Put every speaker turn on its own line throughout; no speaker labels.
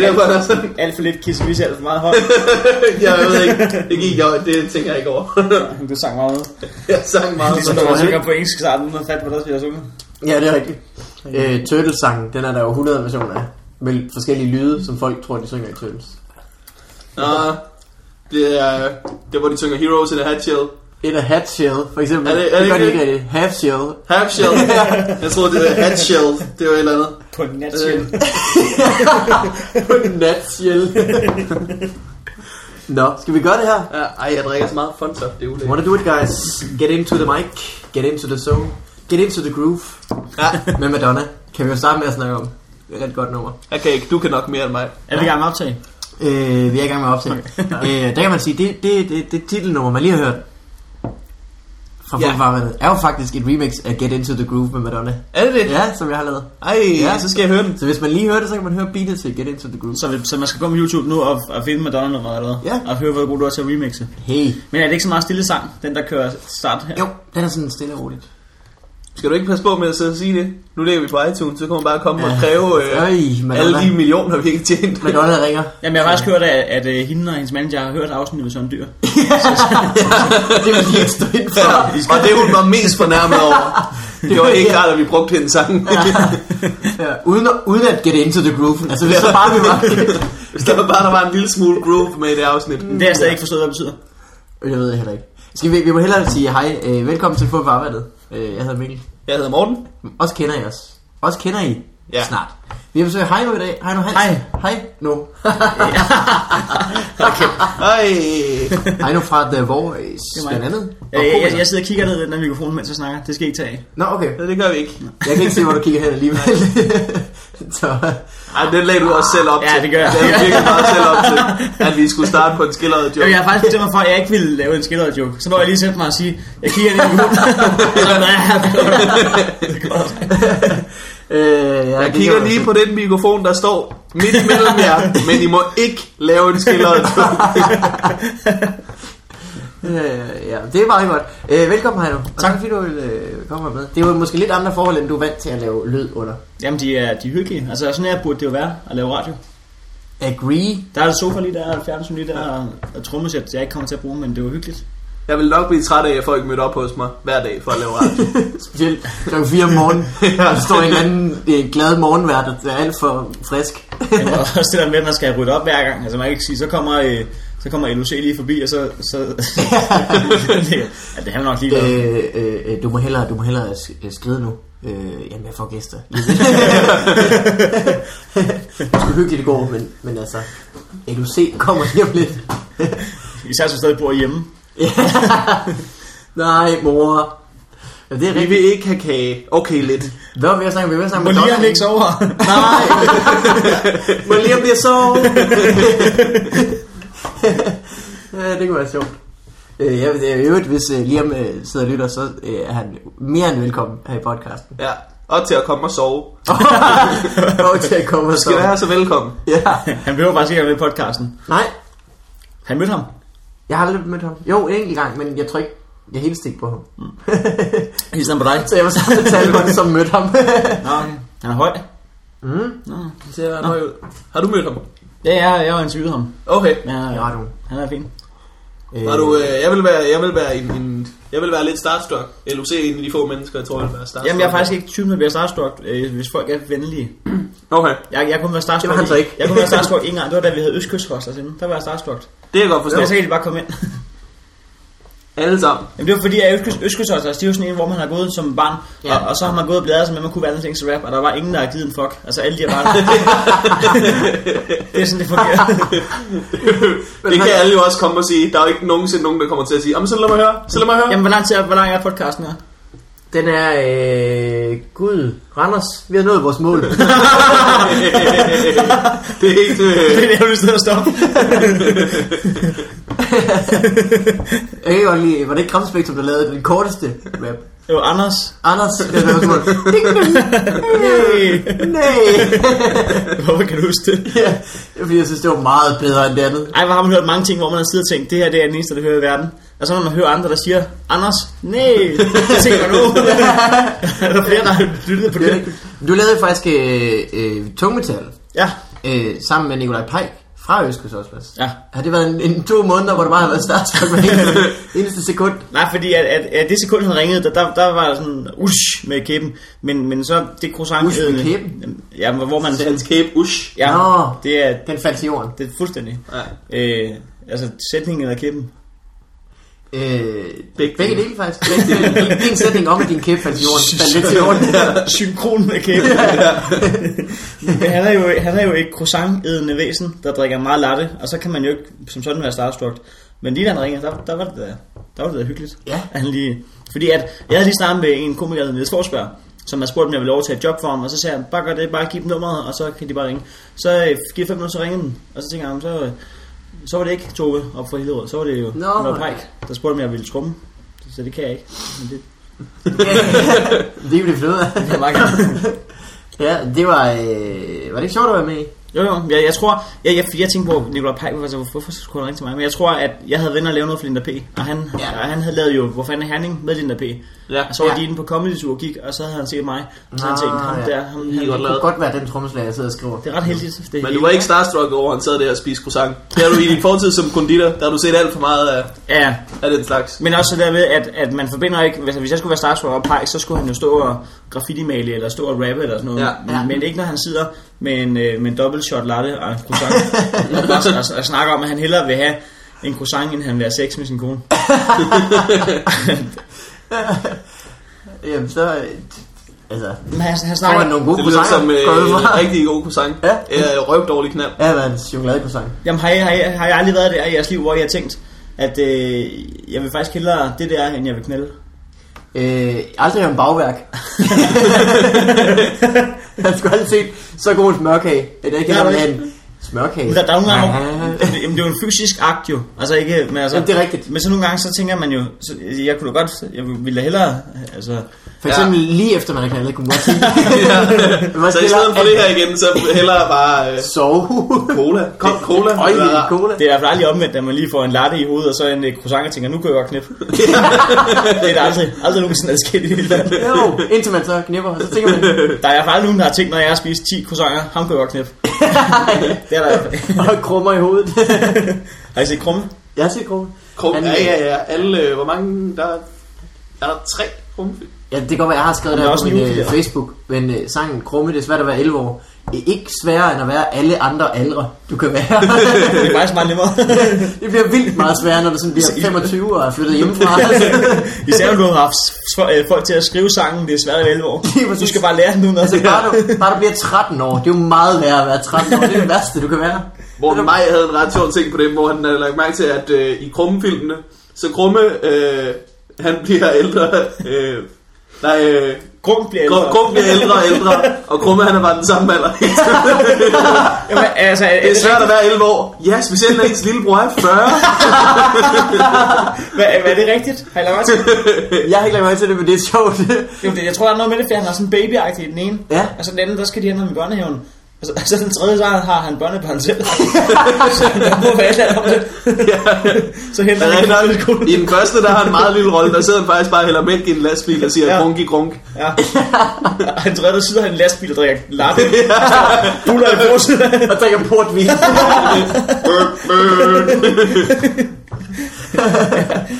derfor er der sådan...
Alt for lidt kissevis, alt for meget højt.
jeg ved ikke, det gik jeg, det tænker jeg ikke over.
Du sang meget med.
jeg sang meget.
Ligesom
men-
når man synger på engelsk, så har den noget fat på det, der sunget.
Ja, det er rigtigt. Øh, Turtles-sangen, den er der jo 100 versioner af. Med forskellige lyde, som folk tror, de synger i Turtles.
Nå, det er, det er, hvor de synger Heroes in a Hat Shell.
Et er Hat Shell, for eksempel.
Er det- er det
det gør de
ikke
ikke rigtigt. Half Shell.
Half Shell. jeg troede, det var Hat Shell. Det var et eller andet.
På en natshjælp.
Øh.
Nat Shell. Nå, skal vi gøre det her?
Ja, ej, jeg drikker så meget Fanta. Det er ulækkert.
Wanna do it, guys? Get into the mic. Get into the zone. Get into the groove.
Ja,
Med Madonna. Kan vi jo starte med at snakke om. Det er et ret godt nummer.
jeg kan ikke. Du kan nok mere end mig.
Er vi i gang med optag?
Øh, vi er i gang med at optage. øh, der kan man sige, det, det, det, det titelnummer, man lige har hørt fra
Ja.
ja. Farvandet, er jo faktisk et remix af Get Into The Groove med Madonna.
Er det det?
Ja, som jeg har lavet.
Ej,
Ja.
Så skal jeg høre den.
Så hvis man lige hører det, så kan man høre beatet til Get Into The Groove.
Så, vi, så man skal gå på YouTube nu og, og finde Madonna-nummeret eller hvad?
Ja.
Og høre, hvor god du er til at remixe.
Hey.
Men er det ikke så meget stille sang, den der kører start her?
Jo, den er sådan stille og roligt.
skal du ikke passe på med at sidde og sige det? Nu ligger vi på iTunes, så kan man bare komme og kræve øh,
Øj,
alle
Madonna.
de millioner, vi ikke har tjent.
Madonna ringer.
Jamen, jeg har faktisk hørt, at, at, øh, hende og hendes manager har hørt afsnittet med Søren Dyr.
det vil de ikke stå ind for.
Ja, og det hun var mest fornærmet over. Det var ikke rart, at vi brugte hendes sang.
Ja, uden, at, uden at Get Into The Groove. Altså, hvis så bare vi var...
Hvis der var bare der var en lille smule groove med i det afsnit.
Det har jeg stadig ikke forstået, hvad det betyder.
Jeg ved det heller ikke. Skal vi, vi må hellere sige hej. Øh, velkommen til Få Farvandet. Øh, jeg hedder Mikkel.
Jeg hedder Morten.
Også kender I os. Også kender I
Ja.
ja. snart. Vi har besøg af Hej nu i dag. Hej nu Hans.
Hej.
Hej nu.
Ah. Ej,
Hej nu fra The Voice. Det
mig.
er andet.
Jeg, jeg, jeg, sidder og kigger ned i den der mikrofon, mens jeg snakker. Det skal I ikke tage af.
Nå, okay.
ja, det gør vi ikke.
Jeg kan ikke se, hvor du kigger hen alligevel. Så,
Ej, den lagde du også selv op
Ja,
til.
det gør jeg.
Den lagde du virkelig meget selv op til, at vi skulle starte på en skildret job.
Jamen, jeg har faktisk bestemt mig for, at jeg ikke ville lave en skildret joke. Så når jeg lige sætte mig og sige, jeg kigger ned i mikrofonen. så er det godt.
øh,
Jeg kigger lige på den mikrofon, der står midt mellem jer, men I må ikke lave en skildret job.
Øh, ja, det er meget godt. Øh, velkommen, Heino. Og Tak fordi du vil øh, komme med. Det er jo måske lidt andre forhold, end du er vant til at lave lyd under.
Jamen, de er, de er hyggelige. Altså, sådan her burde det jo være at lave radio.
Agree.
Der er et sofa lige der, og et fjernsyn lige der, og, og trommesæt, jeg ikke kommer til at bruge, men det var hyggeligt.
Jeg vil nok blive træt af, at folk mødte op hos mig hver dag for at lave radio.
Specielt klokken 4 om morgenen. ja. Der står en eller anden øh, glad morgenvært, der er alt for frisk.
Jeg må også det der med, at man skal rydde op hver gang. Altså, man kan ikke sige, så kommer, øh, så kommer LOC lige forbi, og så... så ja, det har man nok lige lavet.
Øh, øh, øh, du må hellere, du må hellere sk- øh, skride nu. Øh, jamen, jeg får gæster. det var hyggeligt i går, men, men altså, LUC kommer lige om lidt.
Især som stadig bor hjemme.
Nej, mor. Ja, det er
Vi
rigtigt.
vil ikke have kage. Okay, lidt.
Hvad var vi at snakke om? Vi var ved at snakke
Må
om
lige han ikke sover.
Nej. må lige om det så. ja, det kunne være sjovt. Øh, jeg, jeg, I øvrigt, hvis øh, Liam øh, sidder og lytter, så øh, er han mere end velkommen her i podcasten.
Ja. Og til at komme og sove.
Og til at komme og
Skal
sove.
være så velkommen.
Ja.
Han behøver faktisk ikke at være med i podcasten.
Nej,
Han mødte ham.
Jeg har aldrig mødt ham. Jo, en enkelt gang, men jeg tror ikke, jeg helt stik på ham.
Mm.
Hilsen på dig.
så jeg var sammen med Talbot, som mødte ham.
Nå, okay. Han er høj.
mm.
Det ser ret høj ud. Har du mødt ham?
Ja, jeg, jeg har interviewet ham.
Okay.
Ja,
I
ja.
radioen.
Han er fin.
Øh,
Var du, øh, jeg vil være, jeg vil være en, en jeg vil være lidt starstruck. LOC er en af de få mennesker, jeg tror, jeg vil være starstruck.
Jamen, jeg er faktisk ikke typen, der bliver starstruck, øh, hvis folk er venlige.
Okay,
Jeg, jeg kunne være starstruck.
Det var han så
i-
ikke.
Jeg kunne være starstruck en gang. Det var da vi havde Østkysthosters inde. Der var jeg starstruck.
det kan jeg godt
Så jeg så
forstå.
kan de bare komme ind.
Alle sammen.
Jamen det var fordi, at Østkys- Østkysthosters, det er jo sådan en, hvor man har gået som barn. Ja.
Ja.
Og, og, så har man gået og bladret sig med, at man kunne være andet til rap. Og der var ingen, der har givet en fuck. Altså alle de her bare... det er sådan, det fungerer.
Det kan alle jo også komme og sige. Der er jo ikke nogensinde nogen, der kommer til at sige, jamen så lad mig høre, så lad mig høre.
Jamen, hvor lang, tid er, hvor lang er podcasten her?
Den er... Øh, Gud, Randers, vi har nået vores mål.
det er ikke...
Det er
Øh,
det, jeg vil sidde og stoppe.
jeg kan godt lide, var det ikke Kramspektrum, der lavede den korteste rap?
Det var Anders.
Anders, det er vores mål. Ding, ding.
Hey.
Nej.
Hvorfor kan du huske det?
ja, det er fordi jeg synes, det var meget bedre end det andet.
Ej, hvor har man hørt mange ting, hvor man har siddet og tænkt, det her det er den eneste, der hører i verden. Og så når man hører andre, der siger, Anders, nej, så tænker man, "Åh." er der flere, der har lyttet på
Det er
det?
rigtigt. Du lavede faktisk øh, øh, tungmetal.
Ja,
øh, sammen med Nikolaj Pajk fra Øskes Osmas.
Ja.
Har det været en, en, to måneder, hvor der bare har været startspok med eneste, eneste sekund?
Nej, fordi at, at, at det sekund, han ringede, der, der, der var sådan ush med kæben. Men, men så det croissant
Ush med kæben?
Ja, hvor man...
Hans kæbe, ush.
Ja,
Nå.
det er,
Den faldt til jorden.
det er fuldstændig.
Ja.
Øh, altså sætningen eller kæben.
Øh,
Begge
begge, begge
dele.
dele faktisk. Begge dele. Din- Din sætning om, at din kæft faldt til jorden, faldt lidt til jorden.
Synkron med kæben. Men han er jo, han er jo et croissant-edende væsen, der drikker meget latte, og så kan man jo ikke som sådan være starstruck. Men lige da han ringer, der, der var det da, der var det da hyggeligt.
Ja.
At Han lige, fordi at, jeg havde lige snakket med en komiker, der hedder Niels Forsberg, som har spurgt, om jeg ville overtage et job for ham, og så sagde han, bare gør det, bare giv dem nummeret, og så kan de bare ringe. Så øh, giver fem minutter, så ringer den, og så tænker jeg, så, øh, så var det ikke Tove op fra Hillerød, så var det jo
Nå.
Nå, Pajk, der spurgte, om jeg ville trumme. Så det kan jeg ikke. Men det,
Det blev fløde.
det er meget gerne.
Ja, det var... Øh, var det ikke sjovt at være med i?
Jo, jo. Jeg, jeg tror, jeg, jeg, jeg tænkte på Nikolaj Pajk, altså, hvorfor skulle han ringe til mig? Men jeg tror, at jeg havde venner og lave noget for Linda P. Og han, ja.
Ja.
og han havde lavet jo, hvor fanden er Herning med Linda P.
Ja. Ah,
Og så var ja.
Ja.
de inde på Comedy Tour og gik, og så havde han set mig. Og så havde han
Nå,
tænkt, ham
Ah, ja.
der, ham,
Lige
han,
godt
Det kunne godt være den trommeslager, jeg sidder og skriver.
det er ret heldigt. Det
Men du var ikke starstruck over, at han sad der og spiste croissant. Det har du i din fortid som konditor, der har du set alt for meget af,
Ja,
af den slags.
men også det der med, at, at man forbinder ikke... Altså, hvis jeg skulle være starstruck og Pajk, så skulle han jo stå og graffiti-male, eller stå og rappe, eller sådan noget.
Ja.
Men,
Ja.
men, ikke når han sidder med en, øh, med en dobbelt shot latte og en croissant, og, og, og, snakker om, at han hellere vil have en croissant, end han vil have sex med sin kone.
Jamen, så... øh, Altså,
Men han, han
der
snakker...
var nogle gode
Det lyder
croissanter.
som øh,
Går jeg ud fra.
en rigtig god croissant.
Ja.
Ja. Røvdårlig knap.
Ja, hvad er en chokoladecroissant?
Jamen har jeg, har, jeg, har jeg aldrig været der i jeres liv, hvor jeg har tænkt, at øh, jeg vil faktisk hellere det der, end jeg vil knælde?
Øh, aldrig om bagværk. Han skulle aldrig set så god en smørkage. Det er ikke
Nej,
noget med
det er
en smørkage.
Men der, der er nogle gange, hvor-
Ja.
Jamen, det er jo en fysisk akt jo. Altså ikke, men, altså,
Jamen, det er rigtigt.
men så nogle gange, så tænker man jo, så, jeg kunne da godt, jeg ville da hellere, altså...
For eksempel lige efter man har knaldet, kunne man godt sige. Man
Så i stedet for det her igen, så hellere bare øh,
Sove.
cola. Kom, cola.
Øj,
Eller-
cola.
Det er i hvert fald aldrig omvendt, at man lige får en latte i hovedet, og så en øh, croissant og tænker, nu kan jeg godt knippe. det er der aldrig, aldrig nogensinde er sket i hele verden.
Jo, indtil man så knipper, og så tænker man,
Der er i hvert fald aldrig nogen, der har tænkt, når jeg har spist 10 croissanter, ham kan jeg godt knippe. det er der i hvert fald.
og krummer i hovedet.
Har I set krumme?
Jeg har set krumme.
Krum,
Han-
ja, ja, ja. Alle, øh, hvor mange der er? Er der tre krumfilm?
Ja, det kan godt være, jeg har skrevet
Men
det
der er
her på
også
min
news i
øh,
det.
Facebook, men øh, sangen Krumme, det er svært at være 11 år. Øh, Ikke sværere end at være alle andre aldre, du kan være.
Det er faktisk meget nemmere.
det bliver vildt meget sværere, når du sådan bliver 25 og er flyttet hjemmefra.
Altså, Især når du har haft for- øh, folk til at skrive sangen, det er svært at være 11 år.
Lige præcis.
Du skal bare lære den nu, når
Altså, bare du, bare du bliver 13 år, det er jo meget værre at være 13 år. Det er det værste, du kan være.
Morten Maj havde en ret sjov ting på det, hvor han havde lagt mærke til, at øh, i krummefilmene, så Krumme, øh, han bliver ældre, øh, nej, øh,
Grum bliver ældre.
Krum, Krum bliver ældre og ældre, og Krumme han er bare den samme alder.
Jamen, altså,
Det er svært at være 11 år. Ja, specielt når ens lillebror er 40.
Hvad, hvad er det rigtigt? Har I lagt mærke til det?
Jeg har ikke lagt mig til det, men det er sjovt.
Jo, det- Jeg tror, der er noget med det, fordi han har sådan en baby i den ene.
Ja.
Og så den anden, der skal de have noget med børnehaven. Og så, og så den tredje, så har han børnebørn selv. så der må være et eller andet om det. Så henter
Men
han
han
ikke noget
har, I den første, der har han en meget lille rolle, der sidder han faktisk bare og hælder mælk i en lastbil og siger
Ja.
ja. grunk i grunk.
Ja. Og han tredje, der sidder han i en lastbil og drikker latte. Buller i posen.
Og drikker portvin.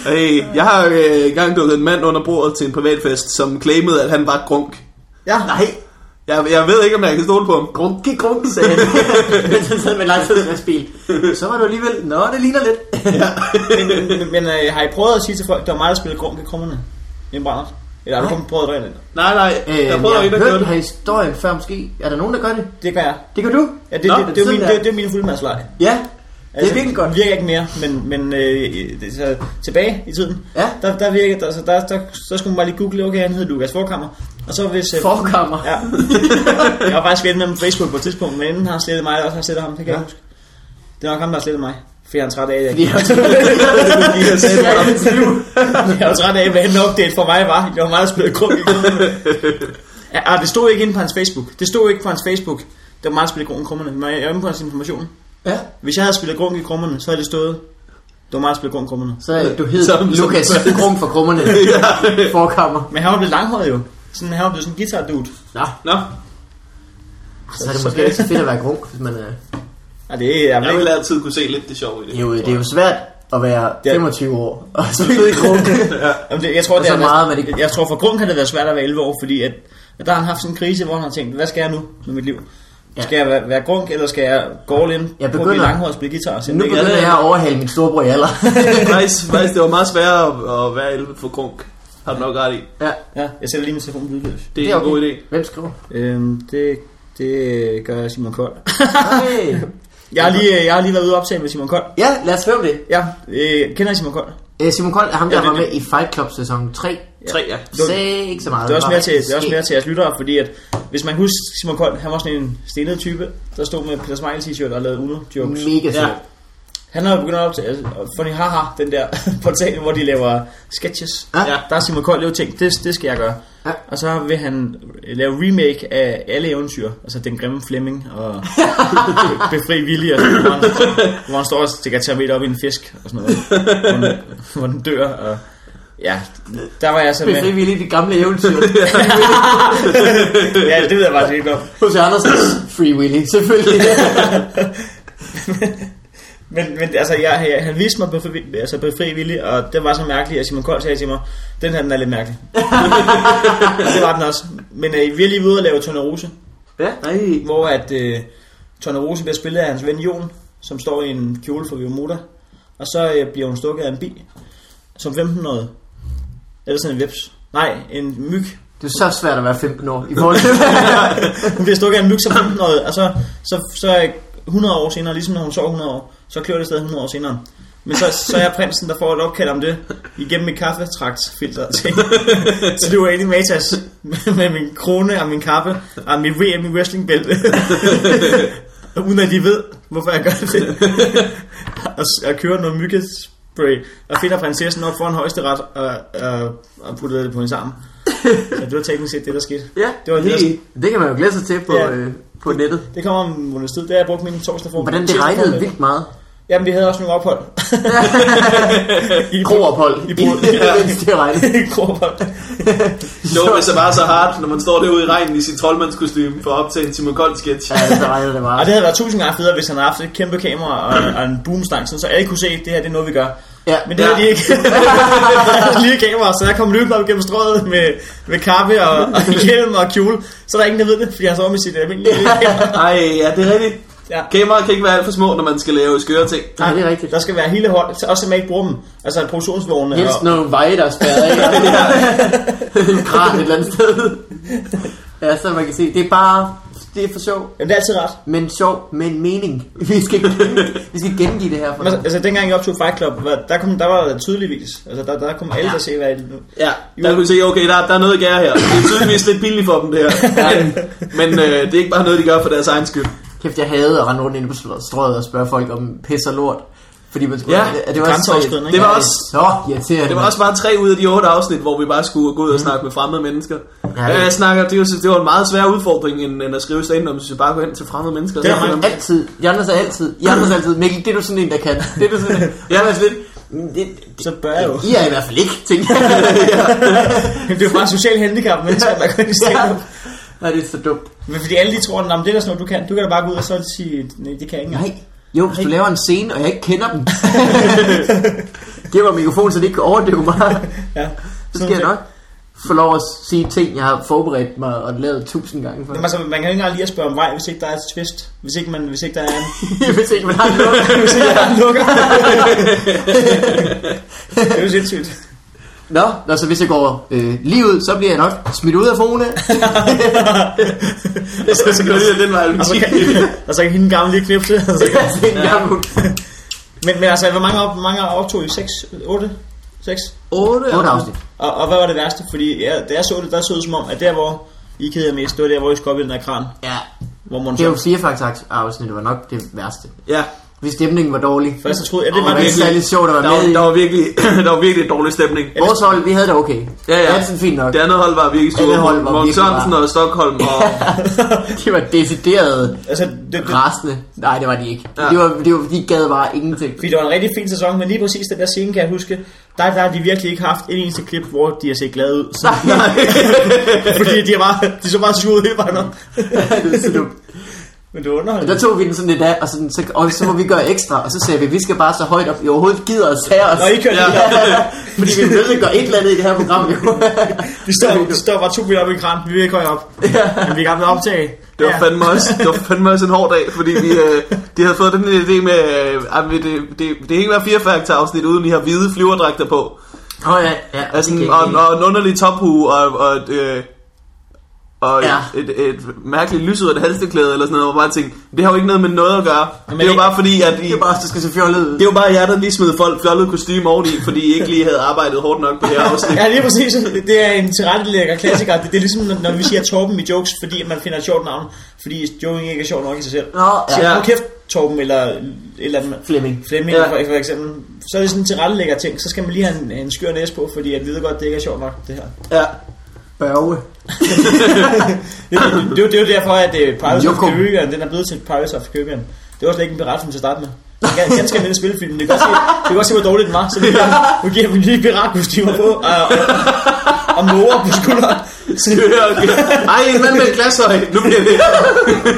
Hey, jeg har øh, engang dukket en mand under bordet til en privatfest, som claimede, at han var et grunk.
Ja.
Nej,
Jeg, jeg ved ikke, om jeg kan stole på ham.
grunke, grunke, sagde han. Men så sad med langtidsrespil. Så var du alligevel, nå, det ligner lidt.
Men, men øh, har I prøvet at sige til folk, der var meget at spille grum i krummerne? I en brændert? Eller har du
Nej.
kun prøvet at drikke det?
Nej, nej,
Øh,
jeg prøver ikke
jeg
at
har hørt
gøre
den her
det.
historie før måske. Er der nogen, der gør det?
Det gør jeg.
Det gør du?
Ja, det,
Nå,
det, det, det, er
sådan
min,
der.
det, det er min fuldmandslej.
Ja, det er virkelig godt.
Den virker ikke mere, men, men øh, det- så, tilbage i tiden,
Ja.
der, der virker, der, så, der, der, så skulle man bare lige google, okay, han hed Lukas Forkammer. Og så hvis... Øh,
Forkammer.
Ja. jeg var faktisk venner med ham på Facebook på et tidspunkt, men inden han har slettet mig, eller også har jeg slettet ham, det kan ja. jeg ikke huske. Det er nok ham, der har slettet mig. Fordi han er træt af, at jeg
Fordi
ikke
han-
lige at sætte
Ja,
ham.
hans liv.
Jeg var træt af, hvad en update for mig var. Det var meget spillet grum i krummerne. Ja, ah, det stod ikke inde på hans Facebook. Det stod ikke på hans Facebook. Det var meget spillet grum i krummerne. Men jeg er inde på hans information.
Ja,
Hvis jeg havde spillet grunk i krummerne, så havde det stået, det var meget spillet grunk i krummerne.
så øh, du hed
Som- som-
Lukas Krum for krummerne. Forkammer.
Men han var blevet langhåret jo. Sådan, han var blevet sådan en guitar dude.
Nå,
Nå,
Så er det måske ikke så fedt at være grunk, hvis man er...
Ja, det er
Jeg
jeg
vil
ikke.
altid kunne se lidt det sjove i det.
Det er jo, det er jo svært at være
Det er-
25 år og spille i grunk.
Jamen, det, jeg tror,
Og
det
så
er,
meget, men det-
jeg tror for grund kan det være svært at være 11 år, fordi at, at der har han haft sådan en krise, hvor han har tænkt, hvad skal jeg nu med mit liv?
Ja.
Skal jeg være, være grunk, eller skal jeg gå all in
Jeg
på at blive
begynder-
langhåret og spille guitar? og se, om
Nu
det ikke er-
begynder jeg at overhale min storebror i alder.
faktisk, faktisk, det var meget sværere at, at være 11 for grunk. Har du nok ret i.
ja,
Ja, jeg sætter lige min telefon på lydløs.
Det er, det er en
okay.
god idé.
Hvem skriver?
Øhm, det, det gør Simon Kold.
Hey.
jeg, har lige, jeg har lige været ude og optage med Simon Kold.
Ja, lad os høre om det.
Ja, øh, kender I Simon Kold?
Øh, Simon Kold er ham, der
Ja, det-
var med i Fight Club sæson 3.
Tre, ja.
Det var-
Sagde ikke så meget.
Det er også
Var
mere til, det er også
skæg.
mere til jeres lyttere, fordi at, hvis man husker Simon Kold, han var sådan en stenet type, der stod med Peter Smeichel t-shirt og lavede Uno-jokes.
Mega
Ja.
sødt.
Han har jo begyndt at optage altså, Funny Haha, den der portal, hvor de laver sketches.
Ja.
Ja.
Der har Simon Kold jo tænkt, det, det skal jeg gøre.
Ja.
Og så vil han lave remake af alle eventyr, altså Den Grimme Flemming og Befri Willy, og sådan, hvor, han, hvor han står og stikker termit op i en fisk og sådan noget, hvor den, hvor den dør. Og, ja, der var jeg så
Det er
med.
frivilligt det gamle eventyr.
Ja, det ved jeg faktisk ikke om.
Hos Andersens Free Willy, selvfølgelig.
Men, men altså, jeg, jeg, han viste mig befri, altså befri villig, og det var så mærkeligt, at Simon Kold sagde til mig, den her den er lidt mærkelig. og det var den også. Men øh, vi er lige ude og lave Tone Rose,
ja.
Nej.
hvor at, øh, Tone Rose bliver spillet af hans ven Jon, som står i en kjole for Viomoda, og så øh, bliver hun stukket af en bi, som 15-årig. Eller sådan en veps. Nej, en myg.
Det er så svært at være 15 år i forhold til...
Hun bliver stukket af en myg som 15-årig, og så, så, så øh, 100 år senere, ligesom når hun så 100 år, så klør det stadig 100 år senere. Men så, så er jeg prinsen, der får et opkald om det, igennem mit kaffetraktfilter. til- Så det var egentlig Matas med min krone og min kappe og mit VM i wrestlingbælte. Uden at de ved, hvorfor jeg gør det. Og, s- og kører noget myggespray og finder prinsessen op foran højesteret og, og, og putter det på hendes arm. Så det var teknisk set det, der skete.
ja,
Det var
det,
næsten-
det kan man jo glæde sig til på,
Ja.
øh, på nettet.
Det kommer om en måneds tid. Det har jeg brugt min torsdag for.
Hvordan det regnede vildt meget.
Jamen, vi havde også nogle ophold. I
Kroophold.
I Bro-
Ja. Mens det regnede.
Kroophold.
Det var så bare så hardt, når man står derude i regnen i sit troldmandskostume for at optage en Simon Kold sketch.
Ja, det regnede det
Og
meget.
det havde været tusind gange federe, hvis han havde haft et kæmpe kamera og, og en boomstang, sådan, så alle kunne se, at det her det er noget, vi gør.
Ja.
Men det havde
Ja.
de ikke. Der havde lige kamera, så jeg kom løbende op gennem strøget med, med kappe og, og hjelm og kjole. Så er der ingen, der ved det, fordi han så om i sit almindelige kamera.
Ej, ja, det er rigtigt.
Ja.
Kameraer kan ikke være alt for små, når man skal lave skøre ting.
Nej, det er rigtigt.
Der skal være hele hold, så også så man ikke bruger dem. Altså produktionsvognene.
Helst
og-
nogle veje, der er spærret af. En kran et eller andet sted. Ja, så man kan se. Det er bare... Det er for sjov.
Jamen, det er altid ret.
Men sjov med en mening. Vi skal, vi skal gengive det her for
Men,
dig.
altså, dengang jeg optog Fight Club, var, der, kom, der var det tydeligvis. Altså, der, der kom alle, der se, hvad det nu.
Ja, der kunne se, okay, der, der er noget gær her. Det er tydeligvis lidt billigt for dem, det her. Men, men øh, det er ikke bare noget, de gør for deres egen skyld.
Kæft, jeg havde at rende rundt inde på strøget og spørge folk om pis og lort. Fordi man skulle...
Ja,
det var
grænseoverskridende,
så,
ikke?
det var også så irriterende.
Det var også bare tre ud af de otte afsnit, hvor vi bare skulle gå ud og snakke med fremmede mennesker.
Ja,
Ja,
det-
jeg snakker, det, var, det var en meget svær udfordring, end, end at skrive stand-up, hvis jeg bare går hen til fremmede mennesker. og
Det
snakker
er
med
man
dem.
altid. Jonas er altid. Jonas er altid. Mikkel, det er du sådan en, der kan. Det er du sådan en.
Ja, men
lidt... Det, det,
Så bør jeg jo.
I er i hvert fald ikke, tænker jeg.
Det er jo bare en social handicap, men så der går ind i
ja.
stand
Nej, det er så dumt.
Men fordi alle de tror, at det er der sådan noget, du kan. Du kan da bare gå ud og så sige, nej, det kan jeg ikke engang.
Nej. Jo, hvis du laver en scene, og jeg ikke kender den. Giv mig mikrofonen, så det ikke kan overdøve mig.
Ja.
Så skal jeg nok få lov at sige ting, jeg har forberedt mig og lavet tusind gange for.
Men altså, man kan jo ikke engang lige at spørge om vej, hvis ikke der er et twist. Hvis ikke, man, hvis ikke der er en...
Hvis ikke man har noget.
Hvis ikke der er en lukker. det er jo sindssygt.
Nå, nå, så hvis jeg går øh, lige ud, så bliver jeg nok smidt ud af Fona.
Så, så kører de den vej.
Og så kan, og så kan hende gamle lige knipse. og så- Men, men altså, hvor mange, op, hvor mange optog I? 6? 8? 6?
Otte
Otte afsnit.
Og, og hvad var det værste? Fordi ja, da jeg så det, der så det som om, at der hvor I keder jer mest, det var der hvor I skulle op i den her kran.
Ja.
Hvor man
Det er jo
så...
fire faktisk afsnit, var nok det værste.
Ja,
Hvis stemningen var dårlig.
Først jeg troede, at det
Åh,
var
det var ikke
virkelig-
særlig sjovt at
der
være
var,
med i.
der var virkelig, der var virkelig dårlig stemning.
Vores hold, vi havde det okay.
Ja, ja.
Det er sådan fint nok.
Det andet hold var virkelig
Alle
store.
hold var
Morten
virkelig
Sørensen
bare-
og Stockholm. Og,
De var decideret
Altså, det, det,
rasende. Nej, det var de ikke.
Ja.
Det var, det var, de gad bare ingenting.
fordi det var en rigtig fin sæson, men lige præcis den der scene, kan jeg huske, der, der har de virkelig ikke haft et eneste klip, hvor de har set glade ud. Så,
Nej,
fordi de, er bare, de så bare sure ud hele vejen op.
det er så dumt.
Men det var underholdende.
Der tog vi den sådan lidt af, og, sådan, så, og så må vi gøre ekstra, og så sagde vi, vi skal bare så højt op, I overhovedet gider at tage os.
Nå, I kørte
Ja.
lige op.
Fordi vi ved, at gøre et eller andet i det her program, jo.
Vi står, vi står bare to meter op i kranten, vi vil ikke højere op. Men vi er i gang med at optage.
Det var, fandme også, det var fandme også en hård dag, fordi vi, øh, de havde fået den her idé med, øh, at det, det, det hele var firefaktor afsnit uden de her hvide flyverdragter på.
Åh oh, ja, ja.
Altså,
det kan
og,
jeg ikke
og en underlig tophue og, og, et, øh, og
Ja.
et, et, et mærkeligt lyserødt halsteklæde eller sådan noget, hvor man bare tænkte, det har jo ikke noget med noget at gøre.
Men
det er jo
ikke-
bare fordi, at I,
lide. Det er bare, at du skal se fjollet ud.
det er jo bare jer, der lige smed folk fjollede kostyme oveni, fordi I ikke lige havde arbejdet hårdt nok på det her afsnit.
Ja, lige præcis. Det er en tilrettelægger klassiker. Det, det er ligesom, når- når vi siger Torben i jokes, fordi man finder et sjovt navn, fordi joking ikke er sjov nok i sig selv.
Nå, ja.
Siger, ja. kæft, Torben, eller, eller andet.
Flemming.
Flemming
Ja.
ja. for, for eksempel. Så er det sådan en tilrettelægger ting, så skal man lige have en, en skør næse på, fordi at vi ved godt, det ikke er sjovt nok, det her.
Ja.
Børge.
Det, det, det, det, er jo derfor, at uh, Pirates
Joko.
of Caribbean, den er blevet til Pirates of Caribbean. Det var slet ikke en beretning til at starte med. Det er ganske almindelig spillefilm. Det kan godt se, det kan godt se, hvor dårligt den var. Så nu giver- nu giver vi lige piratkostymer på, og, og, og måger på skulderen. Så
Okay. Ej, en mand med et glashøj. Nu bliver det,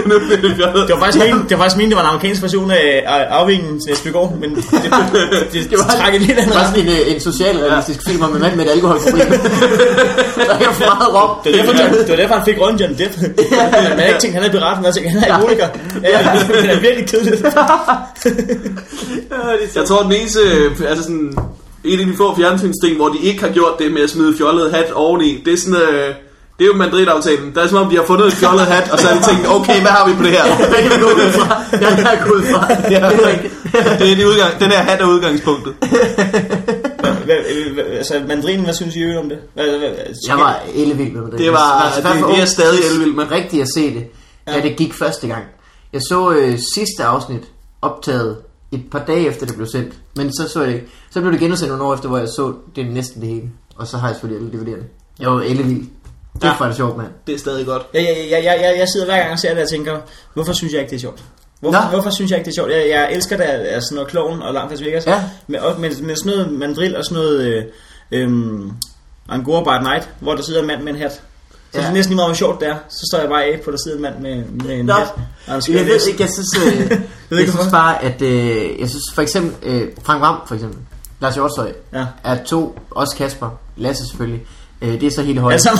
nu bliver det fjollet.
Det var faktisk min, det var faktisk min, det var en amerikansk version af af afvingen til næste går, men det, det, det, det, det
var-
trækker lidt
Det
anden
er bare
retning.
sådan en, øh, en socialrealistisk film om en mand med et alkoholproblem. der er for meget rum.
Det var derfor, det, det var derfor han fik rollen John Depp. Man havde ikke tænkt, han er pirat, man havde tænkt, han er alkoholiker. Ja, det er virkelig kedeligt.
Jeg tror, den eneste, øh, altså sådan, en af de få fjernsynsting, hvor de ikke har gjort det med at smide fjollet hat oveni, det er sådan, øh, det er jo Madrid-aftalen. Der er som om, de har fundet et fjollet hat, og så har de tænkt, okay, hvad har vi på det her?
Det er jeg gået ud fra. Det er jeg gået ud fra. Det er rigtigt.
Det er de udgang, den her hat er udgangspunktet.
Hvad- hvad- Altså, mandrinen, hvad synes I øvrigt om det? Hvad- hvad- altså, hvad-
Jeg var ellevild med det.
Det var,
Altså, hvad for
det, det er
ung-
stadig elvild med.
rigtigt at se det, ja. da
Ja.
det gik første gang. Jeg så øh, sidste afsnit optaget et par dage efter det blev sendt, men så så jeg det ikke. Så blev det genudsendt nogle år efter, hvor jeg så det næsten det hele. Og så har jeg selvfølgelig alle DVD'erne. Jeg var ellevild. Det
Ja.
er ja. sjovt, mand.
Det er stadig godt.
Jeg, jeg, jeg, jeg, jeg, jeg sidder hver gang og ser det og tænker, hvorfor synes jeg ikke, det er sjovt? Hvorfor,
Nå.
hvorfor synes jeg ikke, det er sjovt? Jeg, jeg elsker da altså sådan noget kloven og langt Vegas.
Ja.
Men, og, men, men sådan noget mandril og sådan noget øh, øhm, Angora by night, hvor der sidder en mand med en hat. Så
Ja.
ja. det er næsten lige meget, hvor sjovt det er. Så står jeg bare af på, at der sidder en mand med, med en
Nå.
hat. Og en skør
Jeg ved
næse.
ikke, jeg synes, øh, jeg,
ikke,
jeg synes
hvorfor.
bare, at øh, jeg synes for eksempel, øh, Frank Ram for eksempel, Lars Hjortøj,
Ja.
er to, også Kasper, Lasse selvfølgelig, øh, det er så hele højde.
Altså,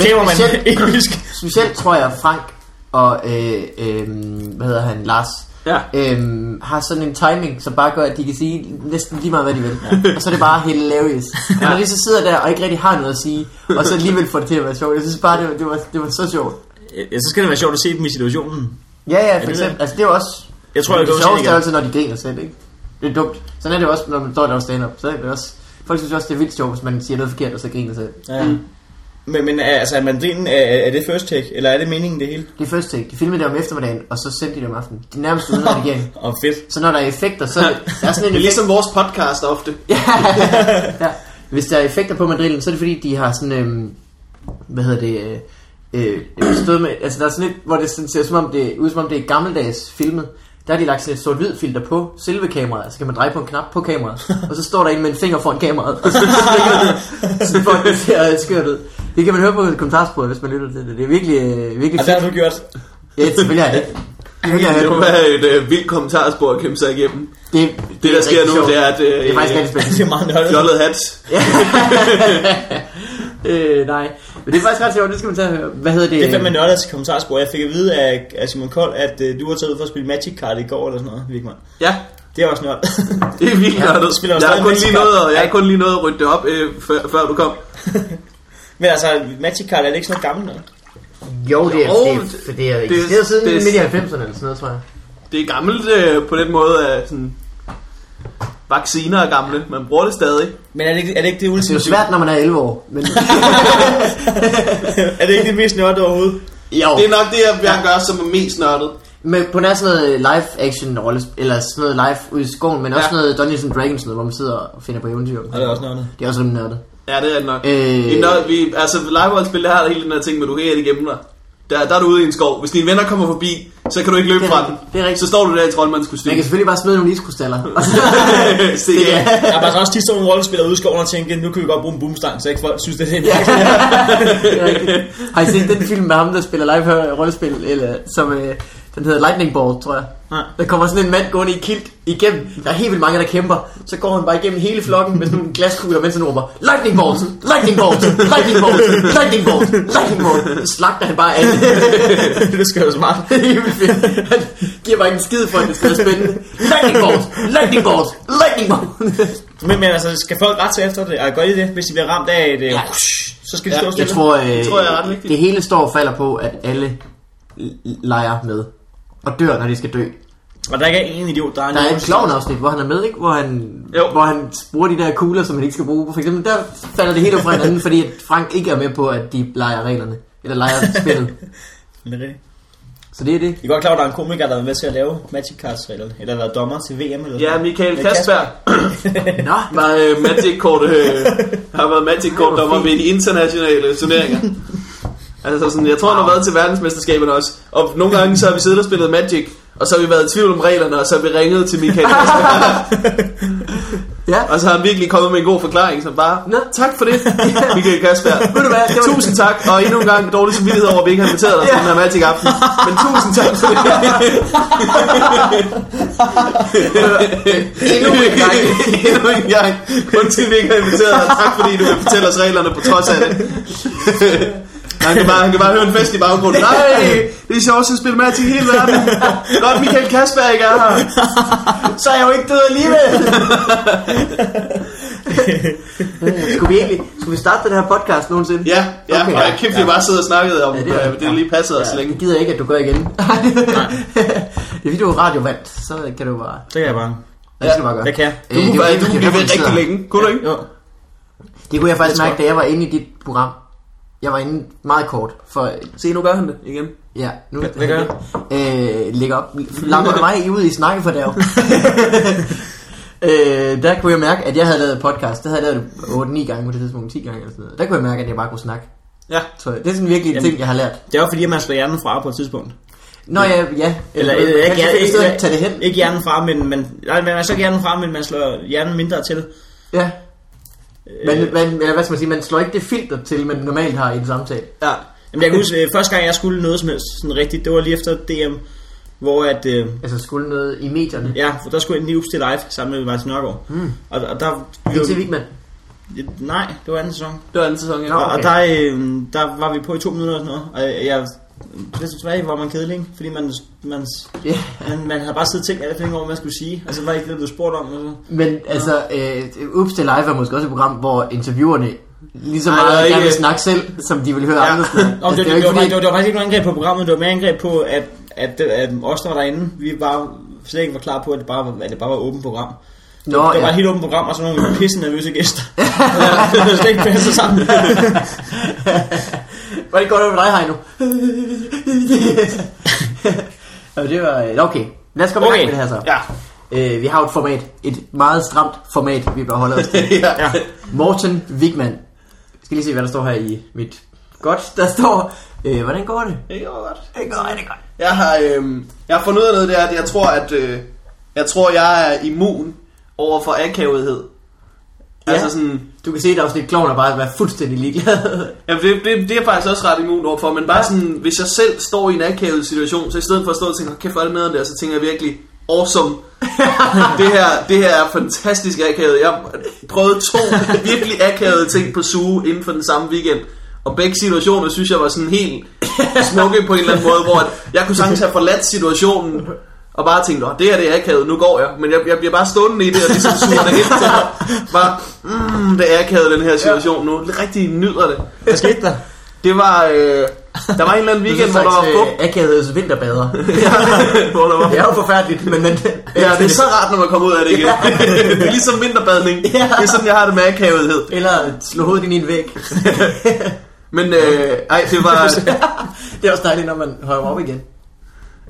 kameramand,
specielt-
ikke jysk.
Specielt tror jeg, Frank og, øh, øh, hvad hedder han, Lars,
Ja.
øhm, har sådan en timing, som bare gør, at de kan sige næsten lige meget, hvad de vil. Ja. Og så er det bare hilarious. Ja. Når de så sidder der og ikke rigtig har noget at sige, og så alligevel får det til at være sjovt. Jeg synes bare, det var, det var, det var så sjovt.
Ja, så skal det være sjovt at se dem i situationen.
Ja, ja, for
det
eksempel. Altså, det er jo også...
Jeg tror, jeg
det
går til
sjoveste er
igen.
altid, når de griner selv, ikke? Det er dumt. Sådan er det jo også, når man står der og stand-up. Så er det også... Folk synes også, det er vildt sjovt, hvis man siger noget forkert, og så griner selv.
Ja. Men, men altså, er mandrinen, er, er det first take, eller er det meningen det hele?
Det er første ting. De filmede det om eftermiddagen, og så sendte de det om aftenen. Det er nærmest uden redigering.
Og fedt.
Så når der er effekter, så er det, der er sådan en
Det er
effekt-
ligesom vores podcast ofte.
ja. Hvis der er effekter på mandrillen, så er det fordi, de har sådan, øhm, hvad hedder det, øh, øh, stået med, altså der er sådan lidt, hvor det sådan ser som om det, ud som om det er gammeldags filmet. Der har de lagt sådan et sort hvid filter på selve kameraet, altså kan man dreje på en knap på kameraet, og så står der en med en finger foran kameraet, og så stikker det, så folk det ser øh, skørt ud. Det kan man høre på kommentarsporet, hvis man lytter til det. Det er virkelig, øh, virkelig
Og der
fedt.
Altså, har du gjort.
Ja, selvfølgelig er det. Selvfølgelig har
Det
jeg det.
kunne være et øh, vildt kommentarspor at kæmpe sig igennem.
Det,
Det, der sker
rigtig
nu,
sjovt.
det er, at
Det er faktisk
øh,
rigtig spændende.
Det er meget nørdet.
fjollet hat
øh, nej. Men det er faktisk ret sjovt, det skal man tage og høre. Hvad hedder det?
Det er fandme nørdet til kommentarspor. Jeg fik at vide af, af Simon Kold, at øh, du var taget ud for at spille Magic Card i går eller sådan noget, Vigman.
Ja,
Det er også nørdet.
det er vildt
Ja,
godt.
du spiller jo
Jeg har
stadig
kun
Mexico.
lige noget, jeg har kun lige noget at rydde det op, øh, før, før du kom.
Men altså, Magic Card er det ikke sådan noget gammelt noget?
Jo, det er,
Jo,
det er, det er, det er,
det er-
det er siden
det er-
midt i 90'erne eller sådan noget, tror jeg.
Det er gammelt øh, på den måde, at sådan, vacciner er gamle. Man bruger det stadig.
Men er det ikke er det, ikke Altså, det
Det er jo
ultimative?
svært, når man er 11 år. Men
er det ikke det mest nørdet overhovedet?
jo,
Det er nok det, jeg, jeg gør, som er mest nørdet.
men på nær sådan noget live action rollesp- eller sådan noget live ude i skoven, men ja. også
Ja.
sådan noget Dungeons and Dragons, noget, hvor man sidder og finder på eventyr.
Og det er også nørdet.
Det er også lidt nørdet.
Ja, det er det nok. Øh,
Øh,
når, vi, altså, liveholdspil, der har der hele den her ting, med du kan ikke gemme dig. Der, der er du ude i en skov. Hvis dine venner kommer forbi, så kan du ikke løbe
Det er
fra dem.
rigtigt. Det er rigtigt.
Så står du der i
man
troldmandskostyme.
kan selvfølgelig bare smide nogle iskrystaller. og så-
Stikke af.
Jeg har faktisk også tit stået nogle rollespillere ude i skoven og tænkt, nu kan vi godt bruge en boomstang, så ikke folk synes, det er det.
Det er rigtigt. Har I set den film med ham, der spiller live rollespil, eller som, øh, Den hedder Lightning Ball, tror jeg.
Nej.
Der kommer sådan en mand gående i kilt igennem. Der er helt vildt mange, der kæmper. Så går han bare igennem hele flokken med sådan nogle glaskugler, mens han råber, Lightning Balls! Lightning Balls! Lightning Balls! Lightning Balls! Lightning Balls! Så slagter han bare alle.
det skal jo smart.
Det er helt vildt fedt. han giver bare ikke en skid for, at det skal være spændende. Lightning Balls! Lightning Balls! Lightning Balls!
Men, men altså, skal folk rette sig efter det? Er godt i det, hvis de bliver ramt af et... Ja.
Ja.
Så skal de stå
Jeg
stille.
tror, øh,
Det tror jeg er ret vigtigt.
det hele står og falder på, at alle l- leger med. Og dør, når de skal dø.
Og der ikke er en idiot, der er
Der er
nogen,
et klovn-afsnit, hvor han er med, ikke? Hvor han,
Jo.
hvor han bruger de der kugler, som han ikke skal bruge. For eksempel, der falder det hele fra hinanden, fordi at Frank ikke er med på, at de leger reglerne. Eller leger spillet.
Det er rigtigt.
Så det er det.
I er godt klar, at der er en komiker, der har været med til at lave Magic Cards-reglerne. Eller der er dommer til VM eller
Ja,
sådan.
Michael
Men
Kasper
Nå,
var øh, Magic Kort, øh, har været Magic Kort dommer ved de internationale turneringer. Altså sådan, jeg tror, han har været til verdensmesterskaberne også. Og nogle gange, så har vi siddet og spillet Magic, og så har vi været i tvivl om reglerne, og så har vi ringet til Michael Kasper.
ja.
Og så har han virkelig kommet med en god forklaring, som bare,
Nå,
tak for det, Michael Kasper.
ved du hvad? Det var
Tusind tak, og endnu en gang dårlig samvittighed over, at vi ikke har inviteret dig til den her Magic aften. Men tusind tak for det.
endnu en gang.
endnu en gang. Undskyld, vi ikke har inviteret dig. Tak fordi du vil fortælle os reglerne på trods af det. Han kan, bare, han kan bare høre en fest i baggrunden. Nej, det er sjovt at spille match i hele verden. Godt, Michael Kasper ikke er her.
Så er jeg jo ikke død alligevel. skulle vi egentlig skulle vi starte den her podcast nogensinde?
Ja, ja,
Okay.
okay, og jeg kæft, vi bare sidder og snakkede om,
Ja,
ja,
det er-
det, det lige passede os længe.
Det gider Altså, jeg ikke, at du gør igen. det er fordi, du er radiovalgt, så kan du bare...
Så kan jeg bare.
Ja, det skal du bare gøre.
Jeg kan.
Du kunne, være, du kunne blive ved rigtig længe, kunne du ikke?
Jo.
Det kunne jeg faktisk
Det tror
mærke, da jeg var inde i dit program. Jeg var inde meget kort, for
Se, nu gør han det igen.
ja, nu
hvad gør jeg?
øh, lægger op, lammer mig ud i snakke for dag. øh, der kunne jeg mærke, at jeg havde lavet podcast. Det havde jeg lavet 8-9 gange på det tidspunkt, 10 gange eller sådan noget. Der kunne jeg mærke, at jeg bare kunne snakke.
Ja.
Så det er sådan virkelig en
Jamen.
ting, jeg har lært.
Det er jo fordi, at man slår hjernen fra på et tidspunkt.
Nå ja, ja. Øh,
Eller, øh,
jeg,
eller ikke,
jeg,
hjernen-
jeg,
ikke,
tage det hen.
ikke hjernen fra, men man, nej, man er så ikke hjernen fra, men man slår hjernen mindre til. Øh,
Ja. Man, man, eller hvad skal man sige, man slår ikke det filter til, man normalt har i en samtale.
Ja.
Jamen, jeg kan huske, øh, første gang jeg skulle noget som helst sådan rigtigt, det var lige efter DM, hvor at, øh,
Altså skulle noget i medierne.
ja, for der skulle jeg ind i Ups til live sammen med Martin Nørgaard.
Hmm.
Mm. Og, og der...
Ikke til Vigman.
Nej, det var anden sæson.
Det var anden sæson, ja.
Nå.
Og,
Okay.
og der, øh, der var vi på i to minutter og sådan noget, og jeg, jeg det tilbage var man kedelig, ikke? fordi man, man,
Ja.
man, man havde bare siddet og tænkt alle fingre over, hvad man skulle sige, og så var det ikke det, du spurgte om. Og så.
Men altså, øh, Ups til Live er måske også et program, hvor interviewerne lige så
Nej, der er
meget
ikke-
gerne vil snakke selv, som de vil høre ja. andre snakke.
Nå,
Altså,
det,
det
det,
er jo
det,
ikke
var,
fordi,
det, var, det var faktisk ikke noget angreb på programmet, det var mere angreb på, at, at, at, at os, der var derinde, vi var slet ikke var klar på, at det bare var, at det bare var et åbent program.
Nå,
det var
ja.
et helt åbent program, og så nogle pisse nervøse gæster. det var slet ikke passet sammen.
var det godt over dig, Heino? ja, det var... øh, Okay, lad os komme okay. i
Okay.
gang med det her så.
Ja.
Øh, vi har jo et format, et meget stramt format, vi bør holde os til.
ja.
Morten Wigman. Jeg skal lige se, hvad der står her i mit... Godt, der står... Øh, hvordan går det?
Det går godt.
Det går, det går.
Jeg har, øh, jeg har fundet ud af noget, det er, at jeg tror, at øh, jeg, tror, jeg er immun over for akavethed. Ja.
Ja.
Altså sådan,
Du kan se, der er også lidt klovn, der bare er fuldstændig ligeglad.
ja, det, det, det, er jeg faktisk også ret immun over for, men bare sådan, hvis jeg selv står i en akavet situation, så i stedet for at stå og tænke, "Hold kæft, hvor er det nede der, så tænker jeg virkelig, awesome, det her, det her er fantastisk akavet. Jeg prøvede to virkelig akavede ting på suge inden for den samme weekend. Og begge situationer synes jeg var sådan helt smukke på en eller anden måde, hvor at jeg kunne sagtens have forladt situationen og bare tænkt, "Åh, det her det er akavet, nu går jeg. Men jeg, jeg bliver bare stående i det, og ligesom suger det ind til mig. Bare, mm, det er akavet, den her situation nu. Rigtig nyder det.
Hvad skete der?
Det var, øh, der var en eller anden weekend, hvor der var fugt.
var akavedes vinterbader.
Hvor der var
det er jo forfærdeligt, men... men
Ja, det er så rart, når man kommer ud af det igen. det er ligesom vinterbadning. Det er sådan, jeg har det med akavethed.
Eller slå hovedet ind i en væg.
Men øh, ej, det var...
det er også dejligt, når man hører op igen.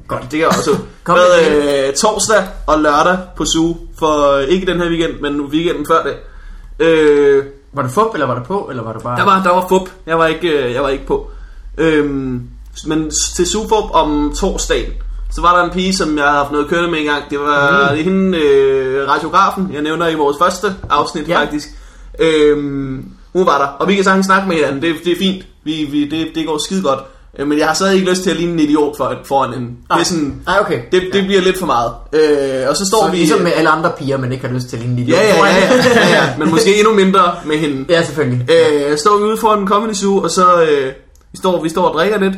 Godt, det kan jeg også.
Kom
Hvad,
med
øh, torsdag og lørdag på Zoo. For øh, ikke den her weekend, men weekenden før det. Øh,
Var du fup, eller var du på, eller var du bare...
der, var, der var fup. Jeg var ikke, øh, jeg var ikke på. Øhm, men til Zoo-fup om torsdagen, så var der en pige, som jeg har haft noget kørende med engang. Det var mm. hende, øh, radiografen, jeg nævner i vores første afsnit
Ja.
ja. faktisk. Øhm, hun var der, og vi kan sagtens snakke med hinanden, det, det er fint, vi, vi, det, det går skide godt. Øh, men jeg har stadig ikke lyst til at ligne en idiot for, foran hende. Det, er sådan,
Ej, Ah. okay.
det, det bliver lidt for meget. Øh, og så står
så
vi...
ligesom med alle andre piger, man ikke har lyst til at ligne lige
ja, ja, ja, ja, ja, ja, men måske endnu mindre med hende.
ja, selvfølgelig.
Øh, står vi ude foran en comedy zoo, og så øh, vi, står, vi står og drikker lidt,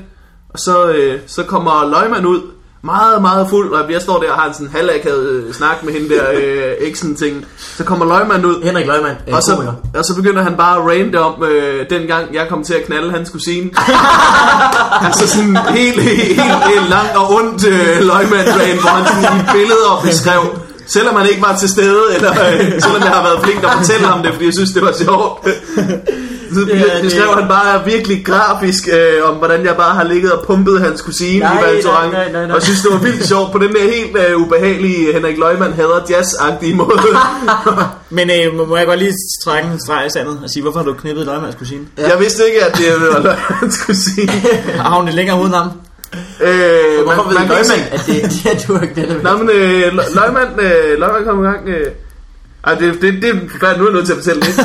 og så, øh, så kommer løgmand ud, meget, meget fuld, og jeg står der og har en sådan halvakavet øh, snak med hende der, øh, ikke sådan ting. Så kommer løgmand ud,
Henrik Løgman, øh,
og så,
komiker.
og så begynder han bare at rante om, øh, dengang jeg kom til at knalde hans kusine. altså sådan helt, helt, helt, helt langt og ondt øh, løgmand hvor han sådan i billeder beskrev, selvom han ikke var til stede, eller øh, selvom jeg har været flink at fortælle ham det, fordi jeg synes, det var sjovt. Så
det-
beskrev han bare virkelig grafisk øh, om, hvordan jeg bare har ligget og pumpet hans kusine
Nej,
i Valtorang.
nej, nej, nej, nej.
Og jeg synes, det var vildt sjovt på den der helt øh, ubehagelige Henrik Løgman hader jazz-agtige måde.
Men øh, må- må jeg godt lige trække en streg i sandet og sige, hvorfor har du knippet løgmands kusine?
Ja. Jeg vidste ikke, at det var løgn, skulle sige.
Har hun det længere uden ham?
Øh, man,
Hvorfor
man
ved
kan ikke
Løgman,
sige-
at det, det er du ikke det, der
Nå, men øh, lø- løgmand, øh, løgmand kom i gang. Øh. Ej, det, det, det, det, nu er jeg nødt til at fortælle det.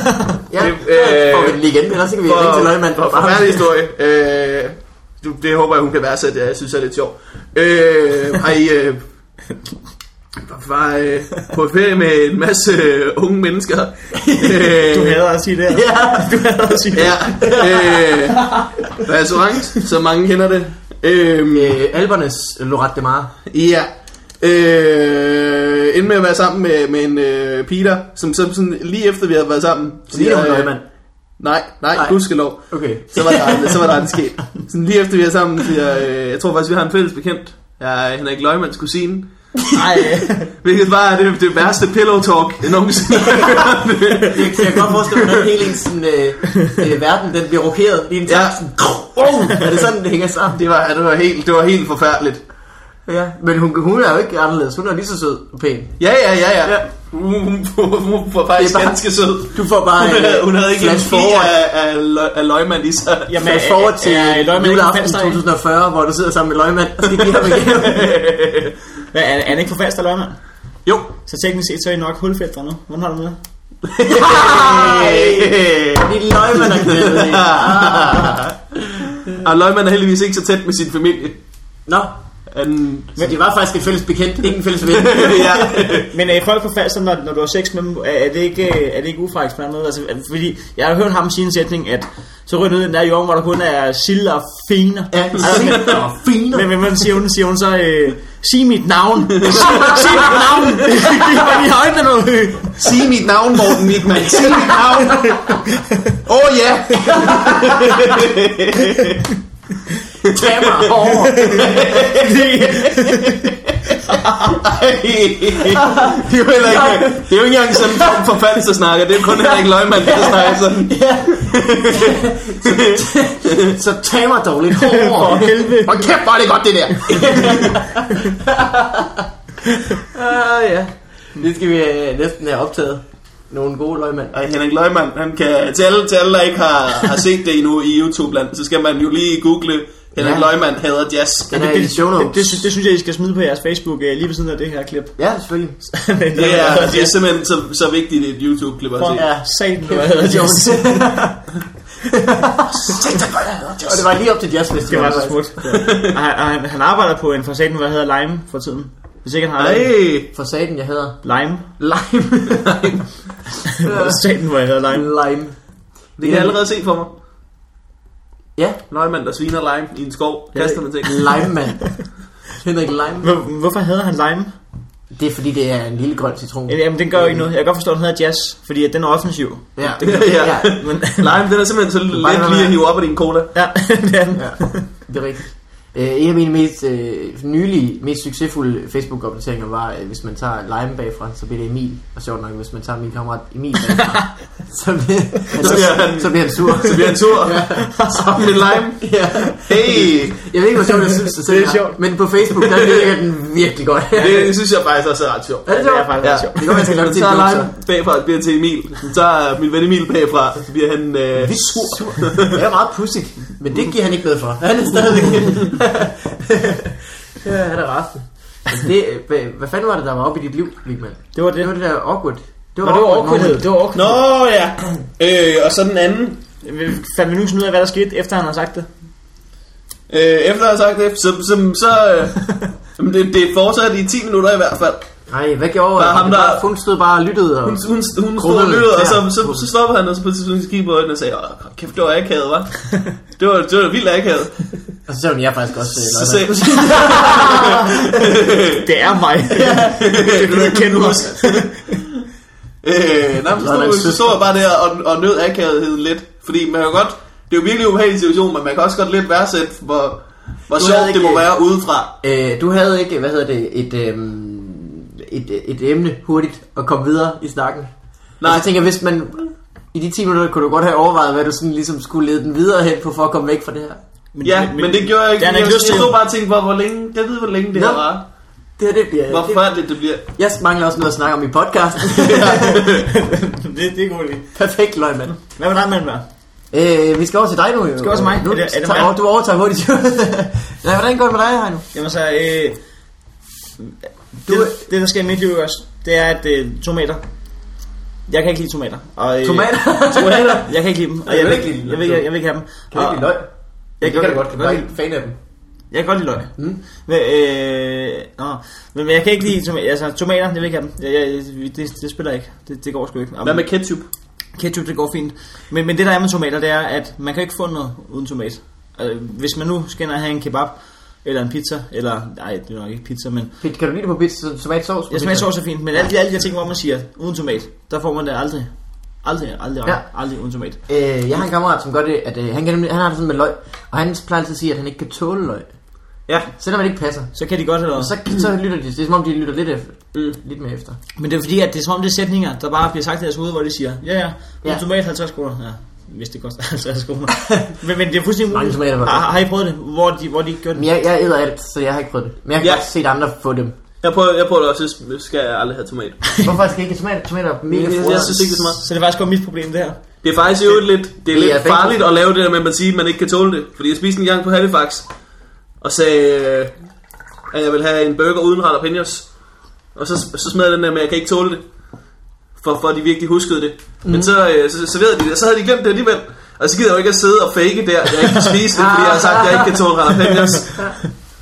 Ja,
det, øh,
får vi den lige igen, ellers så kan vi ringe til Løgman.
For, for færdig historie. Øh, du, det håber jeg, hun kan værdsætte. Jeg synes, det er lidt sjovt. Øh, ej, øh, var øh, på ferie med en masse øh, unge mennesker. Øh,
Du hader at sige det her.
Ja,
Du hader at sige det.
Ja, øh, restaurant, så mange kender det. Øh,
øh, Albernes Lorette de Mare.
Ja. Øh, inden med at være sammen med, med en øh, Peter, som, som sådan, lige efter vi havde været sammen.
Lige hun
øh,
Løgman.
Nej, nej,
Nej.
nej. gudskelov.
Okay.
Så var der, så var der en sket. Sådan lige efter vi er sammen, siger, øh, jeg tror faktisk, vi har en fælles bekendt. Jeg er Henrik Løgmans kusine.
Nej,
Hvilket var det, det værste pillow talk, jeg nogensinde har hørt.
Jeg kan godt forestille mig, hvordan hele ens sådan, øh, øh, verden den bliver rokeret i en
Ja.
takt. Sådan, wow, er det sådan, det hænger sammen?
Det var, det var, helt, det var helt forfærdeligt.
Ja, men hun, hun er jo ikke anderledes. Hun er lige så sød og pæn.
Ja, ja, ja, ja.
Ja.
Hun, hun, hun var faktisk
Det er bare-
ganske sød.
Du får bare øh,
Hun, havde- hun havde ikke en øh,
flash
fli
forward.
af, af, løg- af løgmand i sig.
Jamen,
Flash forward til
er, er løgmand ikke
juleaften
forfalster?
2040, hvor du sidder sammen med løgmand og skal give ham igen.
Hvad, er, er han ikke forfalster løgmand?
Jo.
Så teknisk set, så er I nok hulfæltre nu. Hvordan har du det med?
Hey.
Det er løgmand, der knælder i.
Og løgmand er heldigvis ikke så tæt med sin familie.
Nå,
Han,
så det var faktisk et fælles bekendt, ikke en fælles ven.
ja.
Men øh, folk forfalster, når, når du har sex med dem, er, er det ikke, øh, er det ikke ufragt på en anden måde? Altså, er- fordi jeg har hørt ham sige en sætning, at så ryger den ud i den der jorden, hvor der kun er sild og Altså, fener.
Ja, sild og finer.
Men, men hvad siger hun? Siger hun så, øh, sig mit navn. sig, sig mit navn. Giv mig lige øjnene nu.
Sig mit navn, Morten Wigman. Sig mit navn. Åh oh, ja.
Tag mig over.
det er jo heller ikke, det er jo ikke engang sådan en form for fans, der snakker. Det er kun Henrik Løgmand, der snakker sådan.
Så tag mig dog lidt over.
For helvede.
Og kæft, hvor er det godt, det der.
Ah, ja. Det skal vi øh, næsten have optaget. Nogle gode løgmand.
Og Henrik Løgman, han kan, til alle, til alle der ikke har, har set det endnu i YouTube-land, så skal man jo lige google Henrik
Ja.
ja. Løgman hader jazz.
Den er i show
Det,
notes.
det, sy- det synes jeg, I skal smide på jeres Facebook øh, lige ved siden af det her klip.
Ja, selvfølgelig.
Det er, det er simpelthen så, så vigtigt et YouTube-klip at se.
For
Ja.
ja. satan, du
Det
har
var
hedder
jazz.
Jones.
Og det var lige op til jazzfestivalen.
Det var så smukt. Og han, og han, han arbejder på en for satan, hvad hedder Lime for tiden. Hvis ikke han har
Ej,
det.
For satan, jeg hedder
Lime.
Lime.
For satan, hvor jeg hedder Lime.
Lime.
det kan jeg allerede se for mig.
Ja,
Løgmand, der sviner lime i en skov, kaster med ting.
Lime mand. Henrik Lime.
Hvor, hvorfor hedder han Lime?
Det er fordi, det er en lille grøn citron.
Jamen, den gør jo ikke noget. Jeg kan godt forstå, at den hedder Jazz, fordi at den er offensiv.
Ja,
Det kan- ja.
ja.
Men,
Lime, den er simpelthen så let
bare noget
lige at hive op af din cola.
ja, det er den.
ja. Det er rigtigt. Øh, En af mine mest øh, nylige, mest succesfulde Facebook-opdateringer var, øh, hvis man tager Lime bagfra, så bliver det Emil. Og sjovt nok, hvis man tager min kammerat Emil bagfra, så, bliver,
Så bliver han-
så bliver han sur.
Så bliver en tur sammen med lime.
Ja.
Hey,
Jeg ved ikke, hvor sjovt jeg synes, det, selv
Det er sjovt.
Men på Facebook, der virker den virkelig godt.
det synes jeg faktisk også er ret sjovt.
Er det
Det er
sjovt?
faktisk
Ja.
ja. sjovt.
Det kan godt være, jeg skal lave det til
Så
en
er
joke,
lime
så.
bagfra, det bliver til Emil. Så tager min ven Emil bagfra, så bliver han... Øh,
Vi er sur. Jeg er meget pudsigt, men det giver han ikke noget for. Han er stadigvæk... ja, han er rastet. Altså det, hvad, hvad fanden var det, der var oppe i dit liv, Vigman?
Det var det.
Det var det der awkward.
Nå, det var awkwardhed.
moment.
Det var awkward.
Nå ja, øh, og så den anden.
Vi Fandt vi nu sådan ud af, hvad der skete, efter han har sagt det?
Øh, efter jeg har sagt det, så, så, så øh, jamen, det, det fortsatte i 10 minutter i hvert fald.
Nej, hvad gjorde
Der er
han?
ham,
Det var-
der-
Hun stod bare og lyttede. Og...
Hun, hun, hun stod og
Krummerne.
lyttede, og så,
Ja.
så, så stoppede han, og så på et tidspunkt kiggede på øjnene og sagde, Åh, kæft, det var akavet, hva'? Det var, det var vildt akavet.
Og så sagde hun, jeg er faktisk også... øh,
Så
løgner."
sagde
Det er mig. det kan du ikke kende mig.
Øh, nej, men så
Nå, men
stod, så
søster.
stod jeg bare der og, og nød akavetheden lidt. Fordi man kan godt, det er jo virkelig en ubehagelig situation, men man kan også godt lidt værdsætte, hvor, hvor
Du
sjovt
havde
det må
ikke-
være udefra.
Øh, du havde ikke, hvad hedder det, et, øhm, et, et emne hurtigt at komme videre i snakken.
Nej.
Nej. Altså, jeg tænker, hvis man... I de 10 minutter kunne du godt have overvejet, hvad du sådan ligesom skulle lede den videre hen på, for at komme væk fra det her.
Ja, men, det gjorde jeg ikke.
Det
Jeg,
har han ikke lyst til.
stod bare og tænkte, hvor, hvor længe, jeg ved, hvor længe det
Nå.
her var.
Det her, det bliver...
Hvor
Det,
forfærdeligt det bliver.
jeg mangler også noget at snakke om i podcast.
det, det er godt.
Perfekt løgn, mand.
Hvad med dig, mand? hva'?
Øh, vi skal over til dig nu, jo.
Skal over til mig?
Nu,
Er det- er det
tager,
mig?
du overtager hurtigt. Nej, hvordan går det med dig, Heino?
Jamen så, øh,
Du-
du, det, det, der sker i mit liv også, det er, at øh, tomater, jeg kan ikke lide tomater. Og, øh,
Tomater?
tomater? Jeg kan ikke lide dem. Og
Jeg
jeg,
kan
vil
ikke
ikke,
lide
jeg, vil,
dem.
jeg, jeg vil ikke have dem. Og-
løg?
Jeg kan da godt,
Du
kan godt
fan af dem.
Jeg kan godt lide løg.
Mm.
Men, øh, nå, men, men jeg kan ikke lide tomater. Altså, tomater, jeg vil ikke have dem. Jeg, jeg, det, det spiller ikke. Det, det går sgu ikke. Og
Hvad med ketchup?
ketchup, det går fint. Men, men det der er med tomater, det er, at man kan ikke få noget uden tomat. Altså, hvis man nu skal ind og have en kebab, eller en pizza, eller... Nej, det er nok ikke pizza, men...
Pete, Kan du lide det på pizza? Tomatsovs?
Jeg smager sovs er fint, men alle de, alle de her ting, hvor man siger, uden tomat, der får man det aldrig. Aldrig, aldrig,
Ja.
aldrig, aldrig uden tomat.
Øh, jeg har en kammerat, som gør det, at øh, han, kan, nemlig- han har det sådan med løg, og han plejer altid at sige, at han ikke kan tåle løg,
Ja.
selvom han ikke passer.
Så kan de godt eller
Og så, så lytter de, det er som om de lytter lidt, efter,
Mm.
lidt mere efter.
Men det er fordi, at det er som om det er sætninger, der bare bliver sagt i deres hoved, hvor de siger, ja ja,
Ja.
ja. tomat 50 kroner. Ja, hvis det koster 50 kroner. men, men det er fuldstændig
Mange
umuligt.
tomater var
Har, har I prøvet det, hvor de, hvor de ikke gør
Men
det?
jeg, jeg æder alt, så jeg har ikke prøvet det. Men jeg har
Ja.
ja. godt set andre få dem.
Jeg prøver, jeg prøver det også, så skal jeg aldrig have tomat.
Hvorfor skal jeg ikke tomater? Tomater er mega
Jeg- jeg-
frode.
jeg synes ikke, det er så meget.
Så det er faktisk godt mit problem, det her.
Det er faktisk jo lidt, det er
Det er
lidt
fængsel.
farligt at lave det der med, at man siger, at man ikke kan tåle det. Fordi jeg spiste en gang på Halifax, og sagde, øh, at jeg ville have en burger uden jalapenos. Og så, så smed jeg den der med, at jeg kan ikke tåle det. For, for at de virkelig huskede det. Mm. Men så, øh, så serverede de det, og så havde de glemt det alligevel. Og så gider jeg jo ikke at sidde og fake der, at jeg ikke kan spise det, fordi jeg har sagt, at jeg ikke kan tåle jalapenos. Så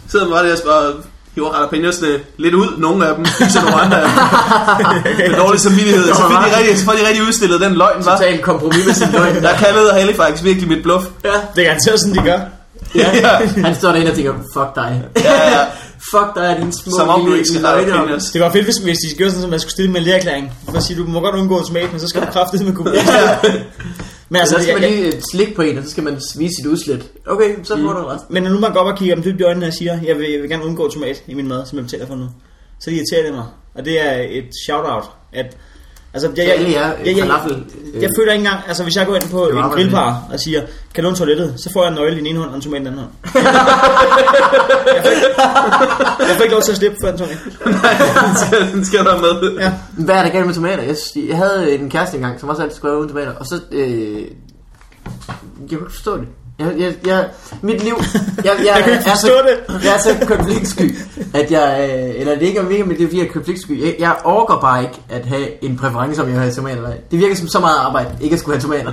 sidder man bare der og spørger, hiver jalapenosene lidt ud, nogle af dem, spiser nogle andre af dem. Med dårlig samvittighed, så får de rigtig, så får de rigtig udstillet den løgn, var.
Totalt kompromis med sin løg.
Der kaldede Halifax virkelig mit bluff.
ja.
Det er garanteret sådan, de gør.
Ja. ja.
Han står derinde og tænker, fuck dig.
ja.
fuck dig, din små
Som om du ikke skal have
løgne om-
penis.
Det var fedt, hvis, hvis de gjorde sådan, at man skulle stille med en lægerklæring. For at sige, du må godt undgå tomat, men så skal du kraftigt med kubik. men
Altså,
altså,
så
det,
skal man
jeg,
lige øh, slikke på en, og så skal man vise sit udslæt. Okay, så får du resten.
men når nu man går op og kigger dem dybt i øjnene og siger, jeg vil, jeg vil gerne undgå tomat i min mad, som jeg betaler for nu, så irriterer det mig. Og det er et shout-out, at Altså, jeg,
Til alle jer, øh, falafel, øh,
jeg, jeg føler ikke engang, altså hvis jeg går ind på en
arbejder
grillbar og siger, kan du låne toilettet, så får jeg en nøgle i den ene hånd og en tomat i den anden hånd. jeg, får ikke, jeg får ikke lov til at slippe for en tomat.
altså. Den skal der med.
Ja.
Hvad er der galt med tomater? Jeg, synes, jeg havde en kæreste engang, som også altid skulle være uden tomater, og så... Øh, jeg kunne ikke forstå det. Jeg, jeg, jeg, mit liv... Jeg, jeg,
Jeg kan ikke
er så,
forstå det.
Jeg er så konfliktsky, at jeg... Øh, eller det er ikke om ikke, men det er fordi, jeg er konfliktsky. Jeg, jeg orker bare ikke at have en præference, om jeg vil have tomater eller ej. Det virker som så meget arbejde, ikke at skulle have tomater.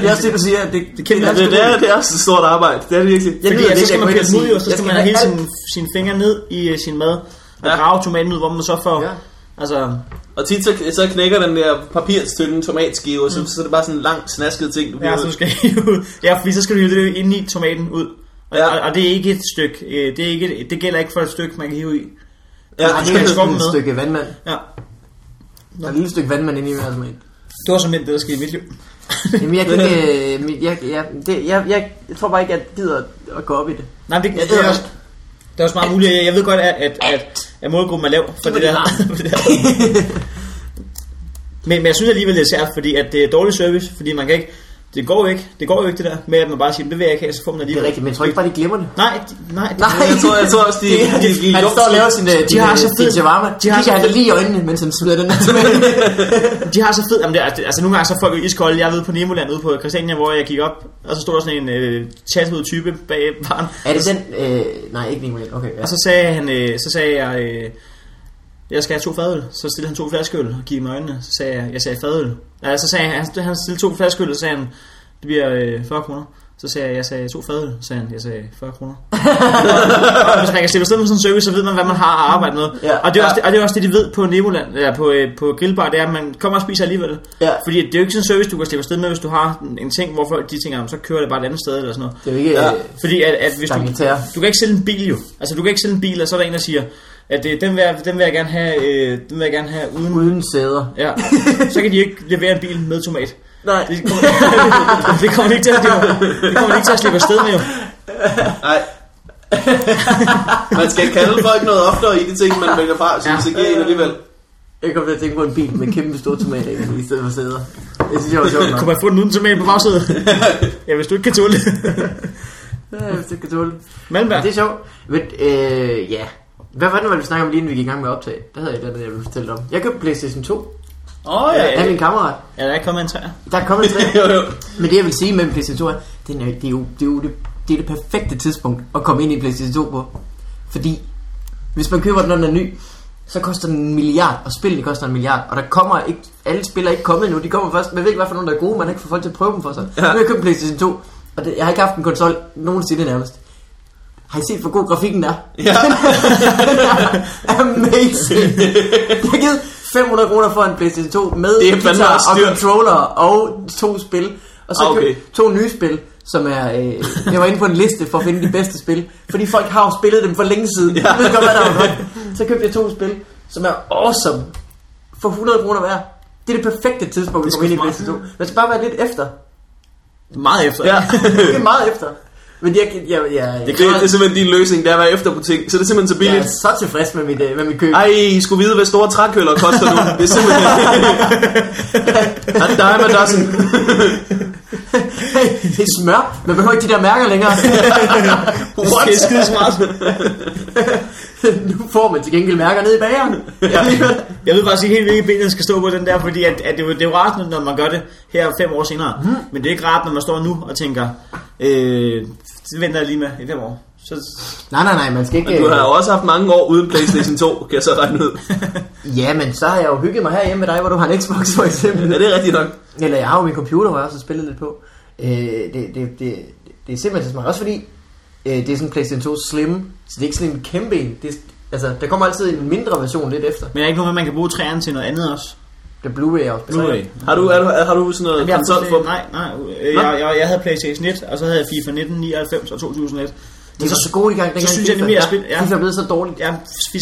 Det er også det, du siger. Det, det,
kæmpe-
er
Det,
ganske
det, er,
roligt.
det er også et stort arbejde. Det er det virkelig.
Jeg
Fordi
nyder
at
det
så skal
ikke,
man
jeg går ind
pille dem ud,
og siger,
og så
jeg
skal man
have
have hele
alt.
sin, sine fingre ned i øh, sin mad, og
Ja.
grave tomaten ud, hvor man så får...
Ja.
Ja. Altså,
Og tit så, så knækker den der papirstynde tomatskive, og så, så er det bare sådan en lang snasket ting. Du
ja,
hiver
så
ud.
skal hive, ja, fordi så skal du hive det ind i tomaten ud.
Ja.
Og, ja. og, og, det er ikke et stykke, øh, det, er ikke et, det gælder ikke for et stykke, man kan hive i.
ja,
Ej,
du
det
skal
er
have
sådan et
med.
stykke vandmand.
Ja.
Der er et lille stykke vandmand inde i hver tomat.
Det var simpelthen det, der skete i mit liv.
Jamen, jeg, kan ikke, øh, mit- jeg, jeg, det, jeg, jeg, jeg tror bare ikke, jeg gider at- at gå op i det.
Nej, det,
Jeg
det, er
æder
også, det er også meget muligt. Jeg, jeg ved godt, at, at, at, at målgruppen er lav for det,
det
der.
varme.
for det der. men, men jeg synes alligevel, det er sært, fordi at det er dårlig service, fordi man kan ikke... Det går jo ikke, det går jo ikke det der med, at man bare siger, det vil jeg ikke have, så får man
Det
alligevel.
er rigtigt, men jeg tror ikke bare, de glemmer det.
Nej, de- nej, de-
Nej.
Jeg tror- jeg tror også, de-
Det-
de- de-
han
de-
står og laver sin, øh,
De har
sin,
så
øh,
fed-
sin shawarma.
de
De
har
har
så
han
fed-
lige i øjnene, mens han smider den der tomat.
de har så fedt, jamen det, er- altså nogle gange så er folk jo iskolde, jeg ved på Nemoland ude på Christiania, hvor jeg gik op, og så stod der sådan en øh, tatoveret type bag barn,
er det den? Øh, nej, ikke Nicolai. Okay, ja.
Og så sagde, han, øh, så sagde jeg, øh, jeg skal have to fadøl. Så stillede han to flaskeøl og kiggede mig i øjnene. Så sagde jeg, jeg sagde fadøl. Ja, så sagde han, han stillede to flaskeøl, og så sagde han, det bliver øh, 40 kroner. Så sagde jeg, jeg sagde to fadøl, sagde han. Jeg sagde 40 kroner. og hvis man kan slippe afsted med sådan en service, så ved man, hvad man har at arbejde med.
Ja.
og, det er også,
Ja.
det, og det er også det, de ved på Nemoland, eller på, øh, på Grillbar, det er, at man kommer og spiser alligevel.
Ja.
Fordi det er jo ikke sådan en service, du kan slippe afsted med, hvis du har en- en ting, hvor folk de tænker, "Jamen, så kører det bare et andet sted eller sådan noget. Øh,
Det er jo ikke...
Ja.
Ja.
Fordi at, at hvis du,
Stakke tæer.
du kan ikke sælge en bil jo. Altså du kan ikke sælge en bil, og så er der en, der siger, at øh, den, vil jeg, den vil jeg gerne have, øh, den vil jeg gerne have uden...
Uden sæder.
Ja, så kan de ikke levere en bil med tomat.
Nej.
Det kommer, det kommer de ikke til at, det kommer de ikke til at slippe afsted med jo.
Nej. man skal kalde folk noget oftere i de ting, man vælger fra, så
Ja.
ja. det giver en alligevel.
Jeg kom til at tænke på en bil med kæmpe store tomater i, i stedet for sæder. Det synes jeg var sjovt
Kunne
nok.
man få den uden tomat på bagsædet? Ja, hvis du ikke kan tåle det.
Ja, hvis det kan tåle.
Malmberg.
Men det er sjovt. Men, øh, ja. Hvad var det, nu, hvad vi snakkede om lige inden vi gik i gang med at optage? Der havde jeg et eller andet, jeg ville fortælle om. Jeg købte Playstation 2
Åh oh,
ja.
ja.
af min kammerat.
Ja, der er kommet en træer.
Der er kommet tre.
jo, jo.
Men det jeg vil sige med en Playstation 2 er, det er, det er jo, det, er jo det, det, er det perfekte tidspunkt at komme ind i en Playstation 2 på. Fordi hvis man køber den, når den er ny, så koster den en milliard, og spillene koster en milliard. Og der kommer ikke, alle spil er ikke kommet endnu, de kommer først. Man ved ikke, hvad for nogle, der er gode, man har ikke fået folk til at prøve dem for sig. Ja. Nu har jeg købt en Playstation 2, og det, jeg har ikke haft en konsol nogensinde nærmest. Har I set, hvor god grafikken er?
Ja.
Amazing! Jeg har givet 500 kroner for en Playstation 2 med
Det er fandme
guitar og
styrt.
controller og to spil. Og så
Ah, okay.
okay. to nye spil, som er... Øh, jeg var inde på en liste for at finde de bedste spil, fordi folk har jo spillet dem for længe siden. Ja. Jeg ved godt, hvad der var godt. Så købte jeg to spil, som er awesome, for 100 kroner hver. Det er det perfekte tidspunkt at
Det er
komme ind i
sgu smart.
Playstation 2. Man skal bare være lidt efter.
Meget efter.
ja.
Det er meget efter. Men jeg, jeg, jeg, jeg,
Det, det, er simpelthen din løsning, det er at være efter på ting. Så det er simpelthen så
jeg
billigt.
er så tilfreds med mit, øh, med mit køb.
Ej, I skulle vide, hvad store trækøller koster nu. Det er simpelthen... A dime a dozen.
det er smør. Man behøver ikke de der mærker længere.
What? Det er skide smart.
nu får man til gengæld mærker ned i bageren.
Jeg ved faktisk ikke helt, hvilke ben jeg skal stå på den der, fordi at, at det, er jo, det er jo rart, når- når man gør det her fem år senere.
Mhm.
Mm. Men det er ikke rart, når man står nu og tænker, øh, det venter jeg lige med i fem år. Så,
nej, nej, nej, man skal ikke... øh,
Du har jo også haft mange år uden Playstation 2, kan jeg så regne ud.
Ja, men så har jeg jo hygget mig herhjemme med dig, hvor du har en Xbox for eksempel.
Ja, det er rigtigt nok.
Eller jeg har jo min computer, hvor jeg også har spillet lidt på. Øh, det, det, det, det er simpelthen så smart. Også fordi, øh, det er sådan en PlayStation 2 Slim, så det er ikke sådan en kæmpe en. Det er, altså, der kommer altid en mindre version lidt efter.
men jeg er ikke noget med, at man kan bruge træerne til noget andet også.
Det er Blu-ray også.
Blu-ray.
Har du, har du, har du sådan noget
Jamen, jeg,
konsol for...
for... nej, nej, øh, jeg, jeg, jeg havde Playstation 1, og så havde jeg FIFA 1999 og 2001.
De var så gode i gang, dengang
synes jeg
FIFA-
nemlig, at
ja,
spil- ja.
FIFA er blevet så dårligt.
ja,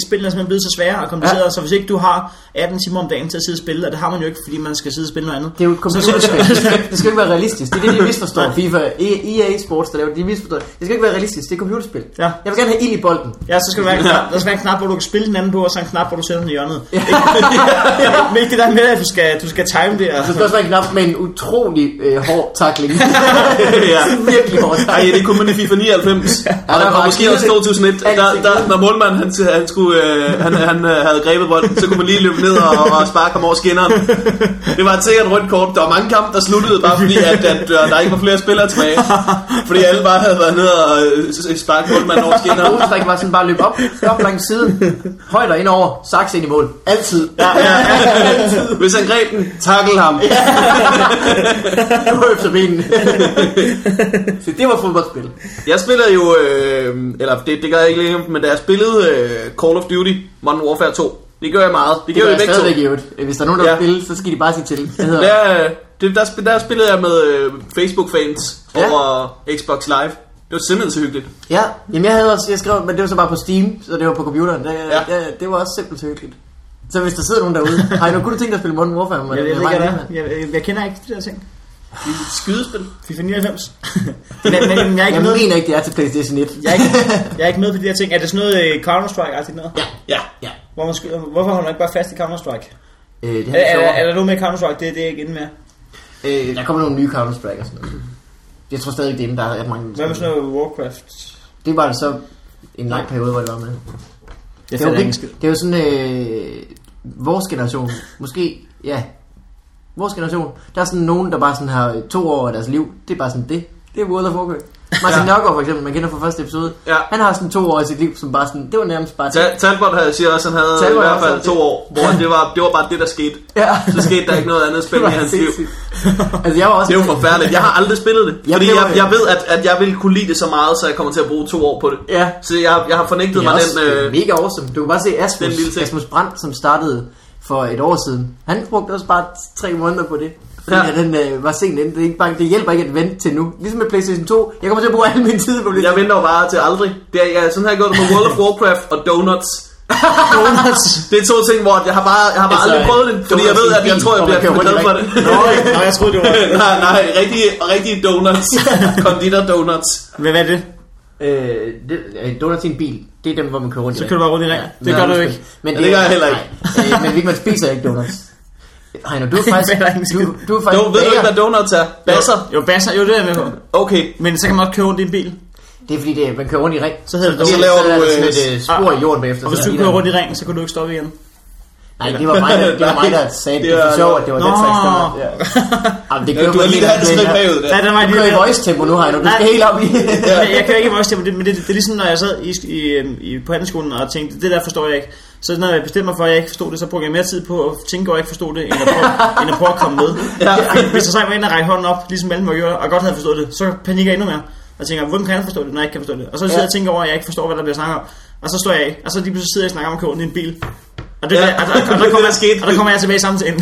spillene er simpelthen blevet så svære og komplicerede, ja. så hvis ikke du har 18 timer om dagen til at sidde og spille, og det har man jo ikke, fordi man skal sidde og spille noget andet.
Det er jo et computerspil. Det skal, det skal ikke være realistisk. Det er det, de misforstår. FIFA, EA Sports, der laver det, de misforstår. Det skal ikke være realistisk. Det er et computerspil.
Ja.
Jeg vil gerne have ild i bolden.
Ja, så skal der være, en knap, der skal være en knap, hvor du kan spille den anden på, og så en knap, hvor du sætter den i hjørnet. Ja. Men ikke det der med, at du skal, du skal time det. Og
Så skal også være en knap med en utrolig øh, hård takling.
ja.
Virkelig hård
Ej,
takling.
ja, det kunne man i FIFA 99. og,
der
og
var
måske også
kildet.
2001. Der, der, når målmanden han, han, skulle, øh, han, han øh, havde grebet bolden, så kunne man lige løbe ned og, og sparke ham over skinneren. Det var et sikkert rødt kort. Der var mange kampe, der sluttede bare fordi, at, at øh, der ikke var flere spillere tilbage. Fordi alle bare havde været ned og øh, sparket målmanden over skinneren.
Hovedstræk var sådan bare at løbe op, op langs siden, højder ind over, saks ind i mål. Altid. Ja,
Hvis han greb den, takkel ham.
nu efter benene. Så det var fodboldspil.
Jeg spiller jo, øh, eller det, det gør jeg ikke lige, men da jeg spillede øh, Call of Duty Modern Warfare 2, det gør jeg meget. Det,
Det
gør
var
jeg
jeg
begge to.
stadigvæk i øvrigt. Hvis der er nogen, der
Ja.
vil spille, så skal de bare sige til. Jeg hedder
Der, øh, det, der, spil- der spillede jeg med øh, Facebook-fans
Ja.
ja. over Xbox Live. Det var simpelthen så hyggeligt.
Ja, jamen jeg havde også, jeg skrev, men det var så bare på Steam, så det var på computeren. Det, ja.
Ja.
det, det var også simpelt hyggeligt. Så hvis der sidder nogen derude, har I nu kunne du tænke dig at spille Modern Warfare? med mig?
jeg, jeg, ved
Mig
ikke, hvad
og
det er. jeg, jeg, jeg kender ikke de der ting.
Det er et skydespil.
FIFA 99. men, men, jeg er
Jeg
ikke med.
mener ikke, det er til Playstation 1.
Jeg er, ikke, jeg er ikke med på de der ting. Er det sådan noget øh, Counter-Strike-agtigt noget?
Ja.
Ja.
Hvor man skyder, hvorfor holder man ikke bare fast i Counter-Strike?
Øh, det
Er, er, er,
er,
der noget med Counter-Strike? Det, det er jeg ikke inde med.
øh, der kommer nogle nye Counter-Strike og sådan noget. Jeg tror stadig, det er dem, der er ret mange.
Hvad med sådan noget Warcraft?
Det var så en lang periode, hvor det var med.
Jeg
det, var
fatter
vildt.
ikke en skid.
det var sådan øh, vores generation, måske, ja, vores generation. Der er sådan nogen, der bare sådan har to år af deres liv. Det er bare sådan det. Det er World of Warcraft.
Ja.
Martin ja. Nørgaard for eksempel, man kender fra første episode.
Ja.
Han har sådan to år i sit liv, som bare sådan, det var nærmest bare...
Ta- Talbot havde, siger også, at han havde
Talbot
i
har
hvert fald
også haft
to år, hvor det var, det var bare det, der skete.
Ja.
Så skete der ikke noget andet
Det
spændende
var
i hans liv.
sindssygt. altså jeg var også...
Det er jo forfærdeligt. Jeg har aldrig spillet det.
Jeg
Fordi
blev-
jeg, jeg ved, at, at jeg ville kunne lide det så meget, så jeg kommer til at bruge to år på det.
Ja.
Så jeg, jeg har fornægtet
Det er
mig
også
den... Øh,
mega awesome. Du kan bare se
den lille
Asmus,
ting.
Asmus Brandt, som startede for et år siden. Han brugte også bare tre måneder på det. Fordi
Ja.
ja. den øh, var sent inde. Det, er ikke bare, det hjælper ikke at vente til nu. Ligesom med Playstation 2. Jeg kommer til at bruge al min tid på det.
jeg venter jo bare til aldrig. Det er, jeg, sådan har jeg gjort det med World of Warcraft og Donuts.
Donuts.
Det er to ting, hvor jeg har bare, jeg har bare
Altså,
aldrig prøvet det, fordi jeg ved, at jeg tror, jeg
hvor man
bliver
kører
glad for det.
rundt i
Nå, nå, jeg troede, det var...
nej, nej, rigtige, rigtige donuts. Konditor donuts.
Hvad, hvad er det?
Øh, det, øh, donuts i en bil. Det er dem, hvor man kører rundt
Så kører du bare rundt i ring. Det
Nå,
gør du
undskyld.
ikke.
Men
Ja, det gør jeg heller ikke.
Nej, øh, men Vic, man spiser ikke donuts. Ej, nu, du er faktisk...
Heller ikke en skid.
du, du er
Du,
faktisk
ved du ikke,
bager.
hvad donuts er? Basser?
Jo, basser. Jo, det er jeg med på.
Okay.
Men så kan man også køre rundt i en bil.
Det er fordi, det, er- man kører rundt i ring.
Så hedder det
Så
dog.
laver
så er
du,
der sådan
øh,
et øh, spor i jorden bagefter.
Og hvis
så
du
er der
kører
lige
rundt i ring, så kan du ikke stoppe igen.
Nej, det var mig, der, det var mig, der sagde det. Det
Det
var
er-
sjovt, at det var den
Nå.
slags stemmer. Ja. Jamen, det kører
Du har
man
lige haft et skridt bagud der.
Ja, den var
Du
lige
kører i
der.
voice tempo nu, Heino. Du skal
Nej.
helt op i...
Ja. Jeg, jeg kan ikke voice tempo, det- men det, det, er ligesom, når jeg sad i, i, øhm, i, på handelsskolen og tænkte, det der forstår jeg ikke. Så når jeg bestemte mig for, at jeg ikke forstod det, så brugte jeg mere tid på at tænke over, at jeg ikke forstod det, end at prøve, end at, prøve at komme med. Ja. Hvis jeg så var inde og række hånden op, ligesom alle mig gjorde, og godt havde forstået det, så panikker jeg endnu mere. Og tænker, hvordan kan jeg forstå det, når jeg ikke kan forstå det? Og så sidder jeg og tænker over, at jeg ikke forstår, hvad der bliver snakket om. Og så står jeg af, og så lige pludselig sidder jeg og snakker om at køre rundt i en bil. Og, det,
Ja.
ja. og, og, og, der
Det
kommer,
er sket.
og der kommer jeg tilbage i samtalen.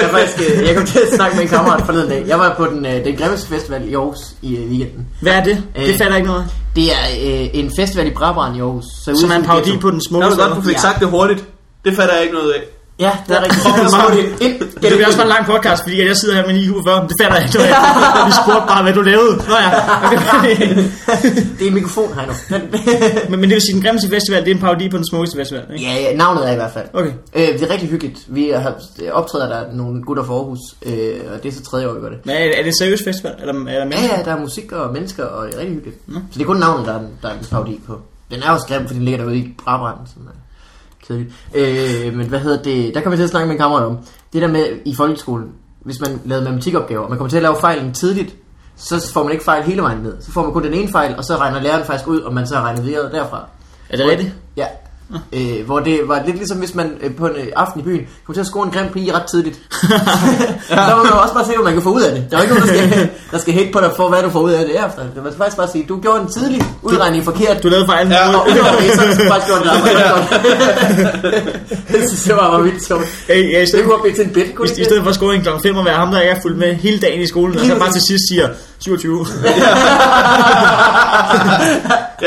Jeg, faktisk, øh, jeg kom til at snakke med en kammerat forleden dag. Jeg var på den, øh, den grimmeste festival i Aarhus i øh, weekenden.
Hvad er det? Det
Øh.
falder ikke noget. af.
Det er øh, en festival i Brabrand i Aarhus. Så ude
Som er en
i
parodi
ghetto-
på den
Jeg
smukke.
var godt, du fik
Ja.
sagt det hurtigt. Det fatter jeg ikke noget af.
Ja, det er rigtigt.
Ja.
Så var det ind
Ja, det bliver også bare en lang podcast, fordi at jeg sidder her med en IQ 40. Det fatter jeg ikke. noget af. Vi spurgte bare, hvad du lavede. Nå ja. Okay.
Det er en mikrofon, Heino.
men, men det vil sige, den grimmeste festival, det er en parodi på den smukkeste festival. Ikke?
Ja, ja, navnet er i hvert fald.
Okay.
Øh, det er rigtig hyggeligt. Vi har optræder der nogle gutter fra Aarhus, øh, og det er så tredje år, vi gør det.
Men er, er det en seriøs festival? Er der, er der
Ja,
mennesker?
ja, der er musik og mennesker, og det er rigtig hyggeligt. Så det er kun navnet, der er, en- der er en parodi på. Den er jo grim, fordi den ligger derude i Brabrand, som er kedeligt. Øh, men hvad hedder det? Der kommer jeg til at snakke med en kammerat om. Det der med i folkeskolen, hvis man lavede matematikopgaver, og man kommer til at lave fejlen tidligt, så får man ikke fejl hele vejen ned. Så får man kun den ene fejl, og så regner læreren faktisk ud, og man så har regnet videre derfra.
Er det rigtigt?
Ja. Øh, hvor det var lidt ligesom hvis man øh, på en øh, aften i byen kom til at score en grim pige ret tidligt. ja. Der må man jo også bare se, hvad man kan få ud af det. Der er jo ikke nogen, der skal, der skal hate på dig for, hvad du får ud af det efter. Man skal faktisk bare sige, du gjorde en tidlig udregning forkert.
Du lavede fejl. Ja.
Ja.
og udover det, så skal du faktisk gøre det der. det synes jeg bare var vildt sjovt.
Hey, ja, i,
Det
stedet,
kunne blive til en bit, kunne
i,
det
i
ikke?
stedet for at score en klokken 5 og være ham, der ikke er fuldt med hele dagen i skolen, og så bare til sidst siger 27.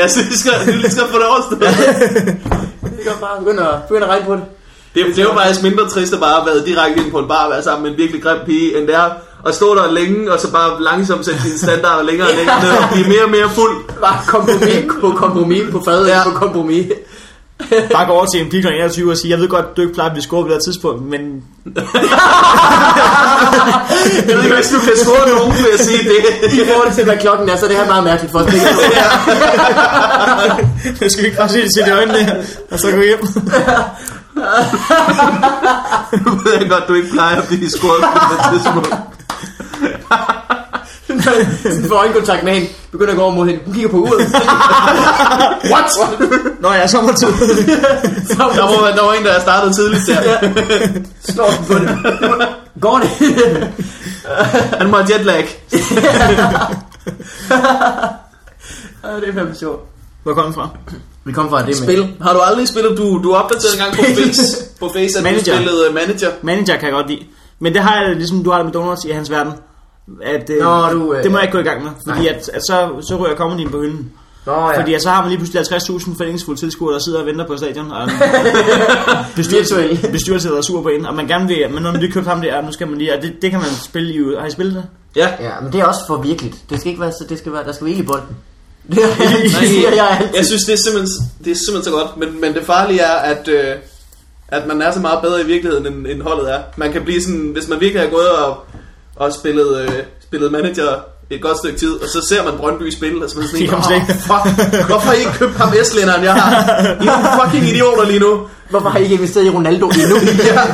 Jeg synes, vi skal, vi skal få det overstået.
Det kan bare begynde at, begynde at regne på det.
Det, det er jo faktisk mindre trist at bare have været direkte ind på en bar og være sammen med en virkelig grim pige, end det er at stå der længe, og så bare langsomt sætte dine standarder længere og længere ned, og blive mere og mere fuld.
Bare kompromis på kompromis på fadet, ja. på kompromis.
Bare gå over til en pige klokken 21 og sige, jeg ved godt, du ikke plejer at blive scoret på det her tidspunkt, men
Jeg ved ikke, hvis du kan score nogen ved at sige det.
I forhold til, hvad klokken er, så er det her meget mærkeligt for os. begge to.
skal vi ikke bare se det til de øjnene her, og så gå hjem.
Nu ved jeg godt, du ikke plejer at blive scoret på det tidspunkt.
Sådan får øjenkontakt med hende, begynder at gå over mod hende, hun kigger på uret. What?
Nå ja, sommertid.
Der må være, der var en, der startede tidligt der.
Slår den på det. Går det?
Han må have jetlag.
Ej, det er fandme sjovt.
Hvor kom den fra?
Vi kom fra det med.
Spil. Har du aldrig spillet? Du, du opdaterede engang på Face, på face at
Manager.
du spillede øh, manager.
Manager kan jeg godt lide. Men det har jeg ligesom, du har det med donuts i hans verden. At, øh,
Nå, du, øh,
det må jeg ikke gå i gang med, fordi
nej.
at, at, så, så ryger comedyen på hylden.
Nå,
Ja.
ja.
Fordi at, så har man lige pludselig 50.000 forlængingsfulde tilskuere, der sidder og venter på stadion. Og en bestyrelse,
Virtuelle.
bestyrelse, der er sur på en, og man gerne vil, men når man lige købt ham der, nu skal man lige, og det, det kan man spille i, har I spillet det?
Ja.
Ja, men det er også for virkeligt. Det skal ikke være så, det skal være, der skal være ild i bolden. Det er, det siger jeg
Nej,
altid.
jeg synes, det er simpelthen, det er simpelthen så godt. Men, men det farlige er, at, øh, at man er så meget bedre i virkeligheden, end, end holdet er. Man kan blive sådan, hvis man virkelig har gået og, og spillet, øh, spillet manager et godt stykke tid, og så ser man Brøndby spille, og så er man sådan,
Det kan man
"Åh,
slet ikke."
fuck, hvorfor har I ikke købt ham Eslænderen, jeg har? I er nogle fucking idioter lige nu.
Hvorfor har I ikke investeret i Ronaldo endnu?
Ja.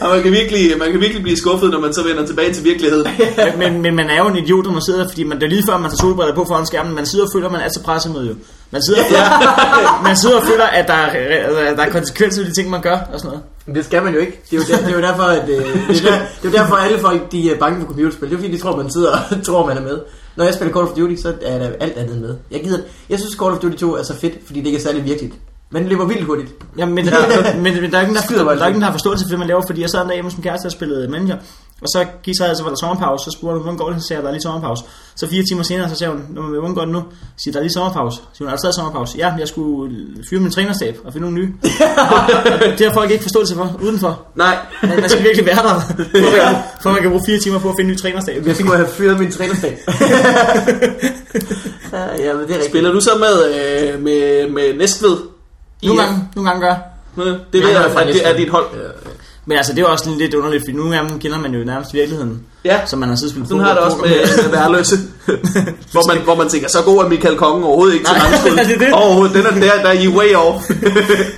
Og man kan, virkelig, man kan virkelig blive skuffet, når man så vender tilbage til virkeligheden.
Men, men, men man er jo en idiot, når man sidder, fordi man, det er lige før, man tager solbriller på foran skærmen. Man sidder og føler, man er så presset med jo. Man sidder, og føler, man sidder og føler, at der, er, at der er konsekvenser ved de ting, man gør og sådan noget.
Men det skal man jo ikke. Det er jo, der, det er jo derfor, at, øh, det, er der, det er jo derfor, at alle folk de øh, er bange for computerspil. Det er fordi, de tror, man sidder og tror, man er med. Når jeg spiller Call of Duty, så er der alt andet med. Jeg, gider, jeg synes, Call of Duty 2 er så fedt, fordi det ikke er særlig virkeligt. Man løber vildt hurtigt.
Ja, men, der, men, men der er ikke
Skyder
nogen, der,
bare
der, er ikke nogen, der har forståelse for det, man laver, fordi jeg sad en dag hjemme hos min kæreste og spillede manager, og så gik så, så var der sommerpause, så spurgte hun, hvordan går det, så sagde jeg, der er lige sommerpause. Så fire timer senere, så sagde hun, "Nå, men hvordan går det nu? Så siger jeg, der er lige sommerpause. Så siger hun, er der stadig sommerpause? Ja, men jeg skulle fyre min trænerstab og finde nogle nye. Og det har folk ikke forståelse for udenfor.
Nej.
Man, man skal virkelig være der, for man, kan, for man kan bruge fire timer på at finde en ny trænerstab.
Jeg skulle have fyret min trænerstab. ja, men det er rigtigt.
Spiller du så med, øh, med, med Næstved?
Nogle
Ja.
gange, nogle gange gør jeg.
Det ved
Ja,
jeg,
fra
at det er
Næstved.
dit hold.
Men altså, det er jo også lidt underligt, fordi nogle af dem kender man jo nærmest virkeligheden.
Ja.
Så man har siddet og spillet
Sådan har det også med med værløse. hvor, man, hvor man tænker, så god er Michael Kongen overhovedet ikke til
Nej,
fremskud.
det er det.
Overhovedet, den er der, der er I er way off.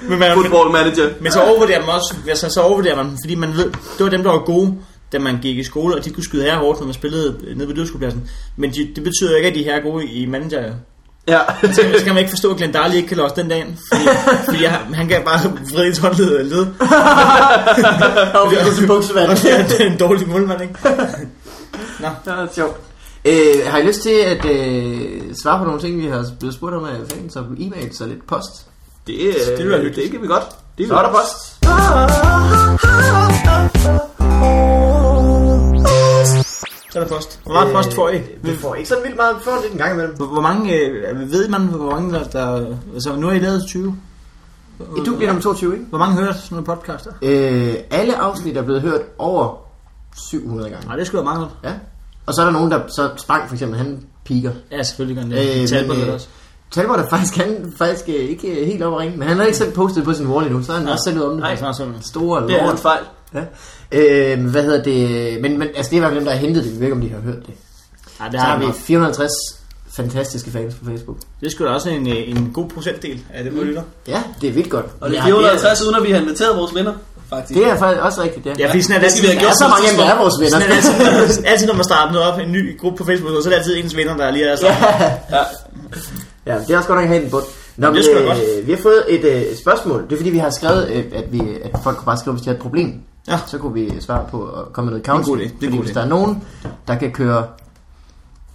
Men man-
Football manager.
Men så overvurderer man også, altså, så overvurderer man, dem, fordi man ved, det var dem, der var gode, da man gik i skole, og de kunne skyde her hårdt, når man spillede øh, nede ved dødskuepladsen. Men de, det betyder jo ikke, at de her er gode i manager. jo.
Ja.
Så, så kan man ikke forstå, at Glenn Darley ikke kan låse den dag, fordi, fordi jeg, han kan bare vride et håndled og led.
Og vi er til buksevand.
Og det er en dårlig målmand, ikke?
Det er sjovt. Øh, har I lyst til at øh, svare på nogle ting, vi har blevet spurgt om af fans og e-mail, så lidt post?
Det, øh,
Det
det,
lyder hyggeligt.
det kan vi godt. Det
Så er der post.
Så er der post. Hvor meget post får I?
Vi får ikke sådan vildt meget, vi får lidt en gang imellem.
Hvor, hvor mange, øh, ved man, hvor mange der, der... Altså, nu har I lavet 20.
I du bliver nummer 22, ikke?
Hvor mange hører sådan nogle podcaster?
Øh, alle afsnit er blevet hørt over 700 gange.
Nej, det skulle være mange.
Ja. Og så er der nogen, der så sprang for eksempel, han piker.
Ja, selvfølgelig gør den det. Øh,
Øh,
Talbot
men,
øh,
øh,
også.
Talbot er faktisk, han, er faktisk øh, ikke øh, helt oppe at ringe, men han har ikke selv postet på sin wall endnu, så er han
Nej.
også selv ude om det.
Nej, snart sådan.
Store
Det er
lort.
en fejl.
Ja. Øh, hvad hedder det? Men, men altså, det er i hvert fald dem, der har hentet det. Vi ved ikke, om de har hørt det.
Ja, det
Der så
har
har
vi.
vi 450 fantastiske fans på Facebook.
Det skulle da også en, øh, en god procentdel af det, vi lytter.
Ja, det er vildt godt.
Og det er
Ja,
450, uden at vi har inviteret vores venner. Faktisk.
Det er faktisk også rigtigt, ja.
Ja, fordi sådan er det
Det skal vi
altid.
have
Der
Ja,
gjort.
så
er så mange, af dem, der er vores venner.
sådan er det altid, altid, når man starter noget op, en ny gruppe på Facebook, så er det altid ens venner, der er lige er sådan.
Ja, det er også godt at have en bund. Nå,
det
men,
er sgu da godt.
øh, vi har fået et øh, spørgsmål. Det er fordi, vi har skrevet, øh, at, vi, at folk kunne bare skrive, hvis de har et problem.
Ja.
Så kunne vi svare på at komme med noget
en god
counseling.
idé. Det er en
fordi
god
hvis
idé.
der er nogen, der kan køre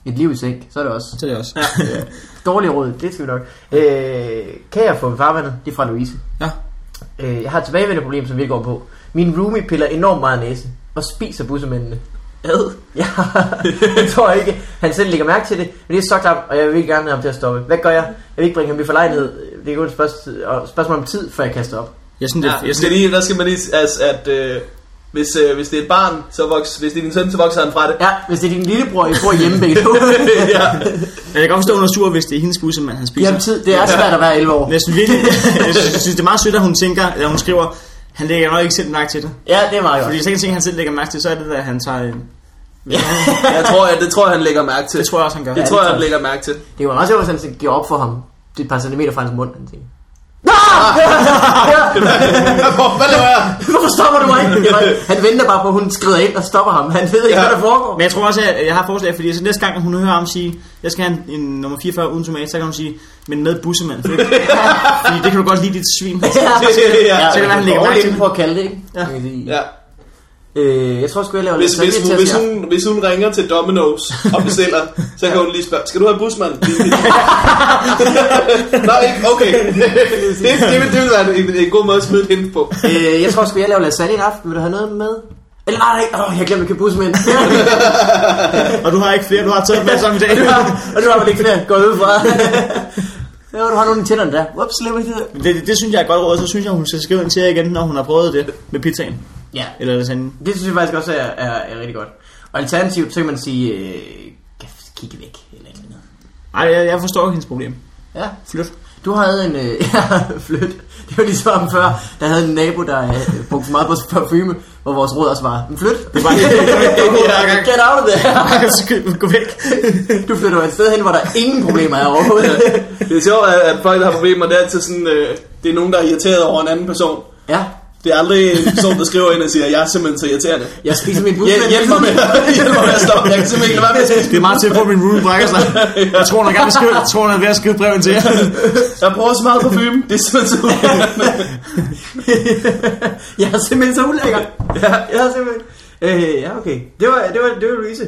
et liv i sænk, så er det også
Så er det også.
dårlig råd. Det skal vi nok. Øh, kan jeg få farvandet? Det er fra Louise.
Ja.
Øh, jeg har et tilbagevendende problem, som vi ikke går på. Min roomie piller enormt meget næse og spiser bussemændene. Ad? Ja, jeg tror ikke, han selv lægger mærke til det, men det er så klart, og jeg vil ikke gerne have ham til at stoppe. Hvad gør jeg? Jeg vil ikke bringe ham i forlegenhed. Det er kun et spørgsmål, og spørgsmål om tid, før jeg kaster op.
Jeg synes, det,
Ja,
jeg
jeg skal
synes,
lige, der skal man lige, altså, at øh, hvis, øh, hvis det er et barn, så voks, hvis det er din søn, så vokser han fra det.
Ja, hvis det er din lillebror, I bor hjemme begge to.
ja.
men jeg kan godt forstå, at hun er sur, hvis det er hendes busse, man han spiser.
Jamen tid, det er svært at være 11 år.
Men jeg synes virkelig, jeg synes, det er meget sødt, at hun tænker, eller hun skriver, han lægger nok ikke selv mærke til det.
Ja, det er meget
Fordi
godt.
hvis ikke en ting, han selv lægger mærke til, så er det, at han tager en...
Jeg tror, jeg, det tror jeg, han lægger mærke til.
Det tror jeg også, han gør.
det
det
tror jeg,
tror
han
jeg.
lægger mærke til.
Det var meget sjovt, hvis han giver op for ham. Det er et par centimeter fra hans mund, han tænker. Ah!
Hvad laver jeg?
Hvorfor stopper du mig ikke? Han venter bare på, at hun skrider ind og stopper ham. Han ved ikke,
Ja.
hvad der foregår.
Men jeg tror også, at jeg har et forslag, fordi så næste gang, hun hører ham sige, jeg skal have en, en nummer 44 uden tomat, så kan hun sige, men med bussemand. Fordi, fordi det kan du godt lide, dit svin.
Ja.
Ja,
Så kan det være, han lægger
og
mærke
lidt
til
på at kalde det, ikke?
Ja.
Man kan sige.
Ja.
Øh, jeg tror sgu, jeg laver
Hvis,
lidt
hvis,
salvie
hun,
til
hvis,
os her.
hun, hvis hun ringer til Domino's og bestiller, så kan hun lige spørge, skal du have busmand? Nå, ikke? Okay. Det, det, vil, det vil være en, en god måde at smide det ind på.
øh, jeg tror sgu, jeg laver lasagne en aften. Vil du have noget med? Eller nej, nej, åh, jeg glemte at købe bussemænd.
Og du har ikke flere, du har taget dem alle sammen i dag.
og du har vel ikke flere gået ud fra. Ja, du har nogle i tænderne der. Whoops, slip ikke det.
Det, det, det, synes jeg er et godt råd, så synes jeg, hun skal skrive en til jer igen, når hun har prøvet det med pizzaen.
Ja,
Eller lasagne.
det synes jeg faktisk også er, er, er rigtig godt. Og alternativt, så kan man sige, øh, kigge væk eller et eller andet.
Ej, jeg, jeg forstår ikke hendes problem.
Ja,
Flyt.
Du havde en øh, ja, flyt. Det var ligesom om før, der havde en nabo, der øh, brugte for meget på parfume, hvor vores råd også var, men flyt. Det
var- det var- det var- hver gang.
Get out of there.
Så gå- gå væk.
Du flytter jo et sted hen, hvor der ingen problemer er overhovedet.
Det er sjovt, at, at folk, der har problemer, det er altid sådan, øh, det er nogen, der er irriteret over en anden person.
Ja.
Det er aldrig en person, der skriver ind og siger, jeg er simpelthen så irriterende.
Jeg spiser mit
Hjæl,
muslim.
hjælp mig med, hjælp mig med at stoppe. Jeg kan simpelthen ikke lade være med at spise.
Det er meget til på, at min room brækker sig. Jeg tror, han er, i gang med at skrive, jeg tror, han er ved at skrive breven til jer.
Jeg bruger så meget parfume. Det er simpelthen så
jeg er simpelthen så ulækker. Ja, jeg er simpelthen... Øh, ja, okay. Det var, det var, det var Louise.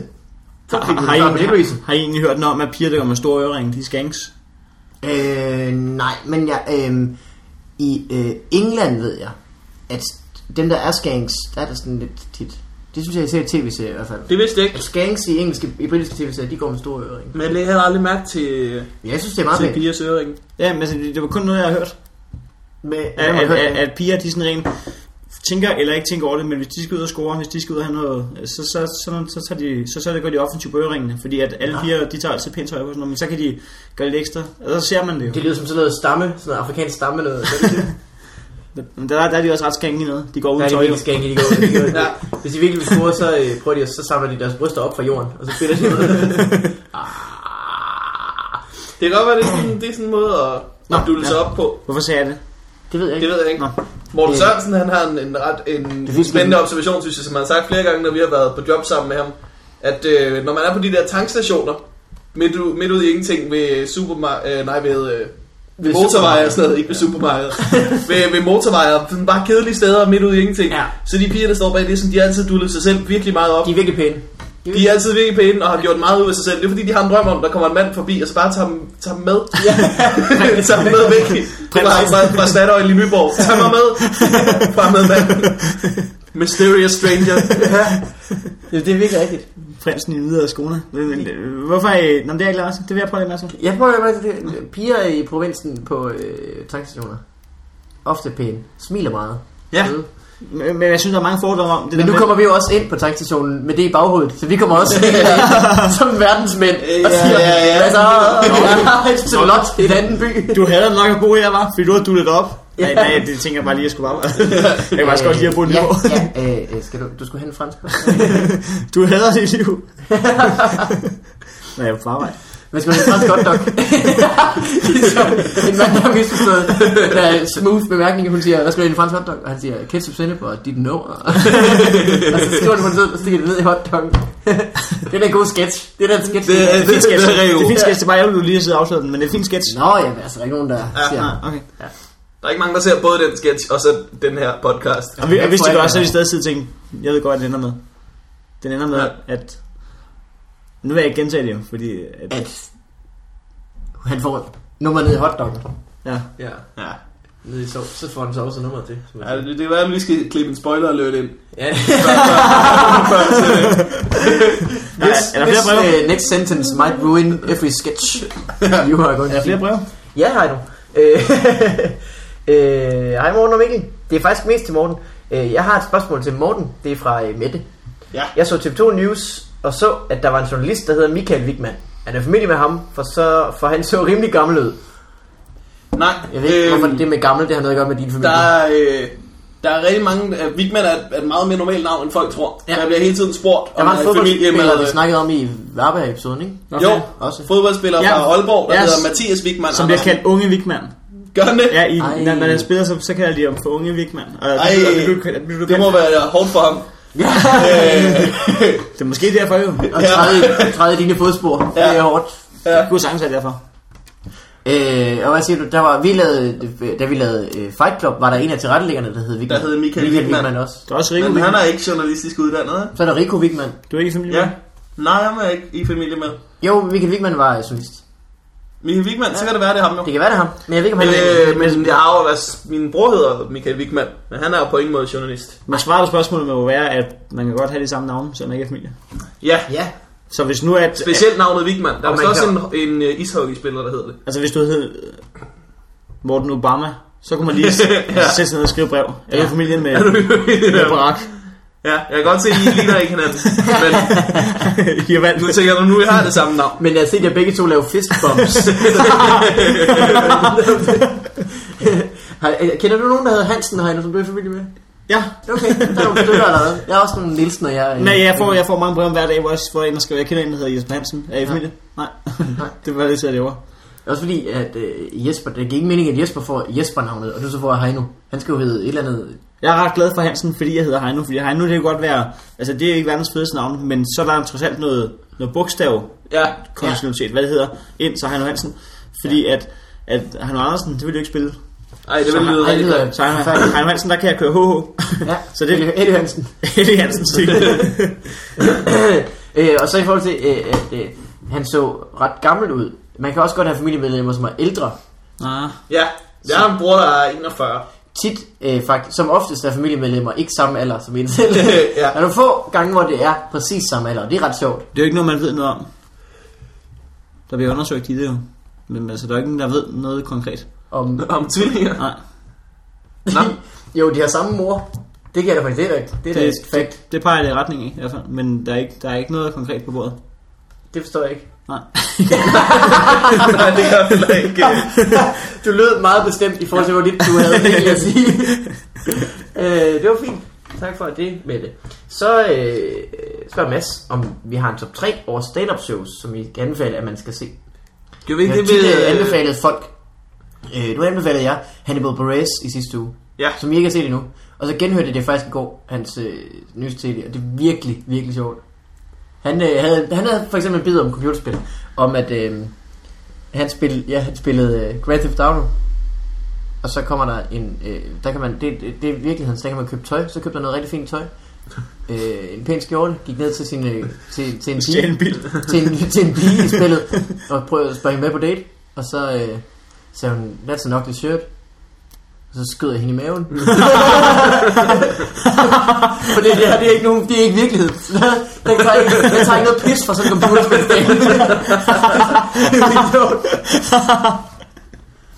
Så
Ah,
fik
Har, har, I,
vi svar på det, Louise.
har, har I egentlig hørt noget om, at piger, der går med store øreringe, de er skanks?
Øh, nej, men jeg, øh, i øh, England ved jeg, at dem, der er skanks, der er der sådan lidt tit. Det synes jeg, jeg ser i tv-serier i hvert fald.
Det vidste jeg ikke.
At skanks i, engelske, i britiske tv-serier, de går med store øring.
Men Altså, jeg lægger heller aldrig mærke til,
Jeg synes, det er meget
til
pænt.
pigers øring.
Ja, men altså, det, det var kun noget, jeg har hørt.
Med,
At, at, at, at piger, de sådan rent tænker eller ikke tænker over det, men hvis de skal ud og score, hvis de skal ud og have noget, så, så, så, så, tager de, så, så det går de offensivt på øringene, fordi at alle piger, de tager altid pænt tøj på, sådan noget, men så kan de gøre lidt ekstra, og så ser man det jo.
det lyder som sådan noget stamme, sådan noget afrikansk stamme noget.
Men der, der er de også ret skænke i noget, de går
Der
uden
er de
tøj. jo.
virkelig skænke, de går. De går. ja. Hvis de virkelig vil score, så øh, prøver de at, så samler de deres bryster op fra jorden, og så spiller de Ah.
Det kan godt være, det er sådan, det er sådan en måde at,
Nå,
at dulle sig
ja.
op på.
Hvorfor sagde jeg det?
Det ved jeg
Det
ikke.
ved jeg ikke.
Nå.
Morten
Øh.
Sørensen, han har en, en ret
Det
en
findes
spændende
ikke.
observation, synes jeg, som han har sagt flere gange, når vi har været på job sammen med ham. At øh, når man er på de der tankstationer, midt, u- midt ud i ingenting ved supermar- øh, nej, ved, øh, ved motorveje og sådan noget, ikke ved supermarkedet. ved, ved motorveje og sådan bare kedelige steder midt ud i ingenting.
Ja.
Så de piger, der står bag det, som de har altid dullet sig selv virkelig meget op.
De er virkelig pæne.
De er altid virkelig pæne og har gjort meget ud af sig selv. Det er fordi, de har en drøm om, der kommer en mand forbi, og så bare tager dem, tager dem med. Ja. tager dem med væk. Det var fra, fra Statoil i Nyborg. Tag mig med. Bare med mand. Mysterious stranger. Ja.
Ja, det er virkelig rigtigt.
Prinsen i videre Skåne. Men, men, øh, hvorfor er I... Nå, men det er jeg glad også. Det vil jeg prøve lidt med, så.
Jeg prøver at det. Piger i provinsen på øh, tankstationer. Ofte pæne. Smiler meget.
Ja.
Søde.
Men, men, jeg synes, der er mange fordomme om det.
Men
der
nu
med-
kommer vi jo også ind på tankstationen med det i baghovedet, så vi kommer også ind som verdensmænd og
Ja,
siger,
ja, ja.
hvad så? Jeg har et slot i en anden by.
Du havde nok at bo her, var, fordi du har dullet op. Nej, nej, det tænker jeg bare lige, at jeg skulle bare... jeg kan faktisk godt lige at bo i
ja,
Nyborg.
ja, øh, øh, skal du, du skulle have en fransk
Du hader dit liv. Nej, jeg er på arbejde.
Hvad skal du have en fransk hotdog? Ligesom en mand, der har misforstået, der er en smooth bemærkning, hun siger, hvad skal du have en fransk hotdog? Og han siger, ketchup, sennep og dit nummer. og så skriver du på en side, og stikker det ned i hotdoggen. det er da en god sketch. Det er da en sketch.
Det, det, det, det,
sketch.
det er
Det er
reo.
fint sketch, det er bare ærgerligt, du lige har siddet og afsløret den, men det er fint sketch.
Nå, ja, men altså, der er ikke nogen, der siger...
Ah, okay.
Der er ikke mange, der ser både den sketch og så den her podcast.
Og, vi, og hvis de
tror
gør,
jeg,
så er de stadig siddet og tænkt, jeg ved godt, at det ender med. Den ender med,
Ja.
at... Nu vil jeg ikke gentage det jo, fordi... At,
at han får nummer ned i hotdoggen.
ja.
Ja.
ja.
Nede i sov, så får han sovs og nummer til. Som
Ja, det, det kan være, at vi skal klippe en spoiler alert ind.
ja.
Før til-
Hvis, er der flere breve?
uh, next sentence might ruin every sketch you are going
Er der flere breve?
Ja, hej nu. Øh, øh, hej Morten og Mikkel. Det er faktisk mest til Morten. Øh, jeg har et spørgsmål til Morten. Det er fra øh, Mette.
Ja.
Jeg så TV2 News og så, at der var en journalist, der hedder Michael Wigman. Han er familie med ham, for, så, for han så rimelig gammel ud.
Nej.
Jeg ved ikke, øhm, hvorfor
øhm,
det med gammel, det har noget at gøre med din familie.
Der er, øh, der er rigtig mange... Øh, Vigman er, et- er et meget mere normalt navn, end folk tror.
Ja.
Ja. Der bliver hele tiden spurgt,
Der
om
var en
han er i familie med...
fodboldspiller, vi
øh,
snakkede om i Varberg-episoden, ikke?
Jo,
Også.
også. fodboldspiller
Ja.
fra Aalborg, der
Ja,
hedder Mathias Wigman
Som bliver kaldt Unge Vigman.
Gør han det?
Ja, i,
Ej.
når man er spiller, så, så kalder de ham for Unge Vigman. Og det,
Ej,
Ej, det, det, det, det,
det må være hårdt for ham. Øh,
det er måske derfor jo.
Og
Ja.
træde, træde i dine fodspor. Ja.
Ja.
Det er hårdt.
Det kunne sagtens være derfor.
Øh, og hvad siger du? Der var, vi lavede, da vi lavede øh, Fight Club, var der en af tilrettelæggerne, der hed Vigman.
Der hed Michael Wichmann.
Wichmann også.
Du er også Rico
Men han
Vigman.
er ikke journalistisk uddannet, ikke?
Så er der Rico Vigman.
Du er ikke i familie
Ja.
med?
Nej, han er ikke i familie med.
Jo, Michael Vigman var øh, journalist.
Michael Wigman, så kan det være, det er ham jo.
Det kan være det er ham, men jeg ved ikke, om han er...
Øh, men jeg har jo været, min bror hedder Michael Wigman, men han er jo på ingen måde journalist.
Men svaret på spørgsmålet må jo være, at man kan godt have de samme navne, selvom man ikke er familie.
Ja,
Ja,
Så hvis nu at...
specielt navnet Wigman. Der er
Og
vist
man
også
kan-
en, en øh, ishockeyspiller, der hedder det.
Altså hvis du hed øh, Morten Obama, så kunne man lige ja. sætte sig ned og skrive brev. Er du i familien med, med Barack?
ja, jeg kan godt se, at I ligner ikke hinanden. Men
I har valgt
nu tænker jeg, nu vi har det samme navn.
men jeg har set jer begge to lave fistbumps. Har- øh, Kender du nogen, der hedder Hansen herinde, som du er i familie med?
Ja.
Okay, der er nogle stykker eller hvad? Jeg er også nogle Nielsen, og jeg... øh, er-
Nej, jeg får, jeg får mange brev om hver dag, hvor jeg får en, der skriver, jeg kender en, der hedder Jesper Hansen. Er I familie? Nej.
Nej.
det var lidt særligt over.
Også fordi, at øh, Jesper, det giver ingen mening, at Jesper får Jesper-navnet, og du så får Heino. Han skal jo hedde et eller andet
Jeg er ret glad for Hansen, fordi jeg hedder Heino, fordi Heino det kan godt være, altså det er ikke verdens fedeste navn, men så er der trods alt noget, noget bogstav
Ja.
kontinuitet, ja. hvad det hedder, ind, så Heino Hansen. Fordi ja. at, at Heino Andersen, det vil du ikke spille.
Ej, det ville lyde
han
rigtig
hedder-
godt.
Så Heino, Heino Hansen, der kan jeg køre HH.
Ja,
Så det-
Eddie- Eddie Hansen.
Heldig E Hansen stil.
øh, og så i forhold til, øh, at øh, han så ret gammel ud. Man kan også godt have familiemedlemmer, som er ældre.
ah.
Ja. Jeg har en bror, der er 41.
Tit, øh, faktisk, som oftest er familiemedlemmer ikke samme alder som en selv.
Ja.
Der er nogle få gange, hvor det er præcis samme alder, og det er ret sjovt.
Det er jo ikke noget, man ved noget om. Der bliver undersøgt i det jo. Men altså, der er jo ikke nogen, der ved noget konkret.
Om,
Om tvillinger.
Nej,
Nå.
jo, de har samme mor. Det kan jeg da faktisk det er da- det er da et fact.
det peger i det retning, ikke? I hvert fald. Men der er ikke, der er ikke noget konkret på bordet.
Det forstår jeg ikke.
Nej.
Nej, det gør jeg heller ikke.
Du lød meget bestemt i forhold til, hvor lidt du havde det at sige. øh, det var fint. Tak for det, Mette. Så øh, spørger Mads, om vi har en top 3 over stand-up shows, som vi kan anbefale, at man skal se.
Skal vi
Jeg
ikke
har
det ved...
tit øh, anbefalet folk. Øh, du anbefalede jeg Hannibal Buress i sidste uge,
Ja.
som I ikke har set endnu. Og så genhørte jeg det faktisk i går, hans øh, nyeste tv, og det er virkelig, virkelig sjovt. Han, øh, havde, han havde for eksempel en bid om computerspil, om at øh, han, spil, ja, han spillede øh, Grand Theft Auto. Og så kommer der en, øh, der kan man, det, det, det er virkeligheden, så der kan man købe tøj, så købte han noget rigtig fint tøj. Øh, en pæn skjorte, gik ned til, sin, øh, til, til en
Stjæl en bil.
til en, til en pige i spillet og prøvede at springe med på date. Og så øh, sagde hun, that's an ugly shirt. Og så skød jeg hende i maven. For det, det, her, det er ikke nogen, det er ikke virkelighed. den tager ikke, den tager ikke noget pis fra sådan en computerspil. det er vildt sjovt.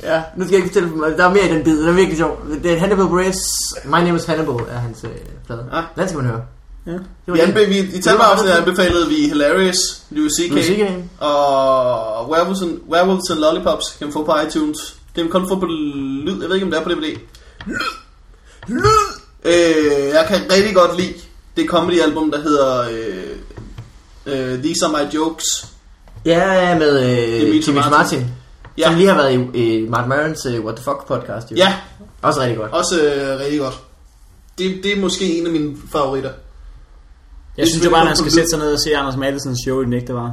Ja, nu skal jeg ikke fortælle mig. Der er mere i den bid. Den er virkelig sjov. Det er Hannibal Brace. My name is Hannibal er hans øh, plade.
Ah.
Den skal man høre.
Ja.
Det var
Vi
det.
anbe- vi, I tidligere afsnit anbefalede vi Hilarious, Louis C.K.
Louis C.K..
og Werewolves and, Werewolves and Lollipops kan man få på iTunes. Det kan man kun få på lyd. Jeg ved ikke, om det er på DVD. Lyd! Lyd! Øh, jeg kan rigtig godt lide det comedy-album, der hedder øh, øh, These Are My Jokes.
Ja, med øh,
Dimitri
Dimitri Martin,
Martin.
Martin
Ja.
ja. som lige har været i øh, Martin Marons øh, What the Fuck podcast. Jo.
Ja,
Også rigtig godt.
også øh, rigtig godt. Det, det er måske en af mine favoritter.
Jeg synes jo bare, at han skal sætte sig ned og se Anders Mattelsens show i den ægte var.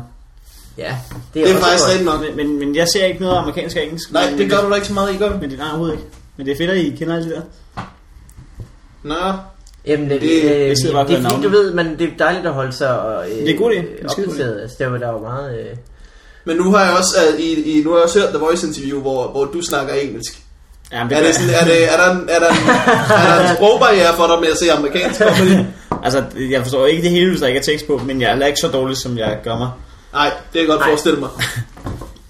Ja,
Det er
også
faktisk
godt.
rigtigt nok.
Men, men, men jeg ser ikke noget amerikansk og engelsk.
Nej,
men,
det gør du da ikke så meget, I gør.
Men det er overhovedet ikke. Men det er fedt, at I kender alt det der.
Nå,
Jamen, det,
Det-
det, øh,
jeg
det,
sidder bare og
det er
hører
fordi, du
navnene.
ved, men det er dejligt at holde sig og, øh,
Det er en god idé. Det er en skide god idé.
opdateret. Altså, der var der var meget... Øh,
Men nu har jeg også, øh, i, i, nu har jeg også hørt The Voice interview, hvor, hvor du snakker engelsk.
Ja, men
Er, det sådan, er, det, er, der en, er, der en, er der en sprogbarriere for dig med at se amerikansk comedy?
Altså, jeg forstår ikke det hele, hvis der ikke er tekst på, men jeg er heller ikke så dårlig, som jeg gør mig.
Nej, det kan jeg godt
Nej.
forestille mig.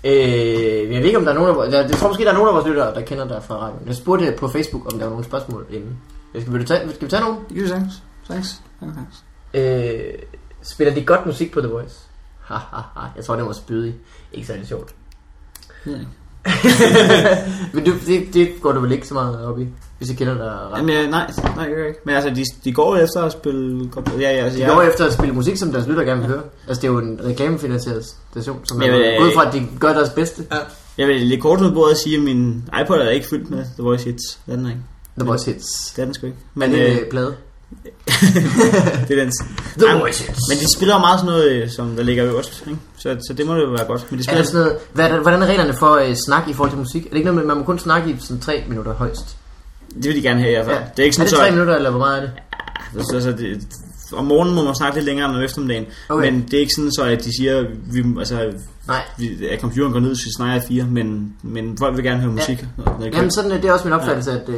øh, jeg ved ikke, om der er nogen af vores... Jeg, jeg tror måske, der er nogen af vores lyttere, der kender dig fra radioen. Jeg spurgte øh, på Facebook, om der var nogle spørgsmål inden. Skal vi, vil du tage, skal vi tage nogen?
Det kan vi sagtens. Sagtens. Sagtens.
Øh, spiller de godt musik på The Voice? Hahaha, jeg tror, det var spydig. Ikke særlig sjovt.
Jeg ved ikke.
Men du, det, det går du vel ikke så meget op i, hvis jeg kender dig ret.
Jamen, jeg, nej, nej, jeg gør ikke. Men altså, de, de går jo efter at spille... godt- Ja, ja, altså,
De går efter at spille musik, som deres lytter gerne vil høre. Altså, det er jo en reklamefinansieret station, som
Jamen,
er
øh,
ud fra, at de gør deres bedste.
Ja.
Jeg vil lidt kort ud på bordet og sige, at min iPod er ikke fyldt med The Voice Hits. Det er den ikke.
The Voice Hits.
Det er den sgu ikke. Men
Men
øh,
øh, plade.
det er den.
The
Jamen,
Voice Hits.
Men de spiller jo meget sådan noget, øh, som der ligger øverst. Ikke? Så, så det må jo være godt. Men de
Er
spiller
der sådan noget, hvad er der, hvordan er reglerne for øh, snak i forhold til musik? Er det ikke noget med, man må kun snakke i sådan tre minutter højst?
Det vil de gerne have i hvert fald. Det er ikke
er
sådan,
det
så...
tre minutter, eller hvor meget er det?
Så, så det, om morgenen må man snakke lidt længere end om eftermiddagen.
Okay.
Okay. Men det er ikke sådan, så at de siger, vi, altså,
Nej.
vi, at computeren går ned, så vi snakker i fire, men, men folk vil gerne høre musik. Ja. Når, når de
Jamen
kører.
sådan, øh, det er også min opfattelse, at øh,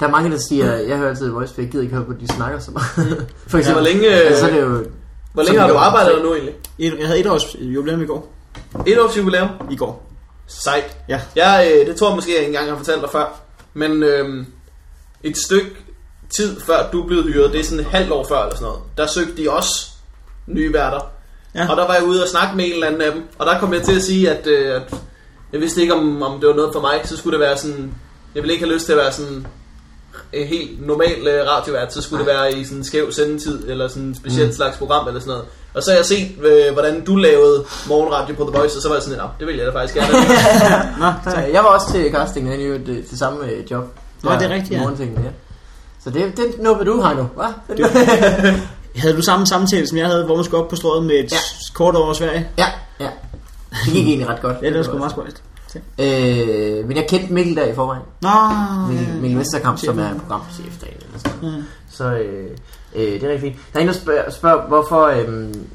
der er mange, der siger, jeg hører altid Voice, for jeg gider ikke høre på, at de snakker så
Mm.
meget. for
Ja, hvor
eksempel.
længe, øh,
altså, så er det jo
hvor længe har du arbejdet der nu egentlig?
Et- jeg havde et års jubilæum i går.
Et års jubilæum?
I går.
Sejt.
Ja.
Jeg, øh, det tror jeg måske, jeg ikke engang har fortalt dig før. Men øh, et stykke tid før du blev hyret, det er sådan et halvt år før eller sådan noget, der søgte de også nye værter. Ja.
Ja.
Og der var jeg ude og snakke med en eller anden af dem, og der kom jeg til at sige, at, øh, at jeg vidste ikke, om, om det var noget for mig. Så skulle det være sådan, jeg ville ikke have lyst til at være sådan en helt normal øh, radiovært, så skulle det være i sådan en skæv sendetid, eller sådan en speciel mm. slags program, eller sådan noget. Og så har jeg set, øh, hvordan du lavede morgenradio på The Voice, og så var jeg sådan, "Nå, det vil jeg da faktisk gerne.
Nå, tak.
Øh, Jeg var også til castingen, det er jo det, det samme øh, job.
Nå,
Der
det er rigtigt, ja.
morgentingen, ja. Så det, det nuppede du, Heino, hva? Den,
Havde du samme samtale, som jeg havde, hvor man skulle op på strået med et
Ja.
ja. kort over Sverige?
ja, ja. Det gik egentlig ret godt.
Ja, det var sgu meget spøjst.
Øh, men jeg kendte Mikkel der i forvejen.
Nå,
Mikkel, Mikkel Vesterkamp, som
Chefen.
er programchef derinde. Eller sådan. noget. Så øh, øh, det er rigtig fint. Der er en, der spørger, spørger hvorfor øh,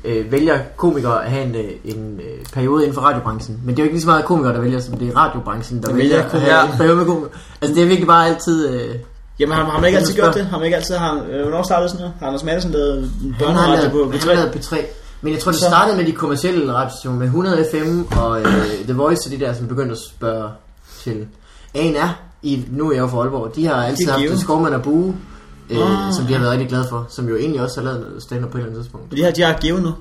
øh, vælger komikere at have en, øh, en øh, periode inden for radiobranchen. Men det er jo ikke lige så meget komikere, der vælger, som det er radiobranchen, der
Der
vælger
vælger
at have en
komikere.
periode med komikere. Altså det er virkelig bare altid... Øh,
Jamen har, har man ikke
Det er
altid gjort
spørg-
det? Har man ikke altid... Har, øh, hvornår startede sådan noget? Har Anders Madsen lavet en
han har
børneradio
lavet,
på
på,
P3?
han har lavet P3. Men jeg tror, det
Så-
startede med de kommercielle radiostationer med 100 FM og øh, The Voice og de der, som begyndte at spørge til A&R. I, nu er jeg jo fra Aalborg. De har altid
Det er
haft
Give.
Skovmand og Bue, øh,
Ah.
som de har været rigtig glade for. Som jo egentlig også har lavet noget stand på et eller andet tidspunkt.
De har, de har givet nu.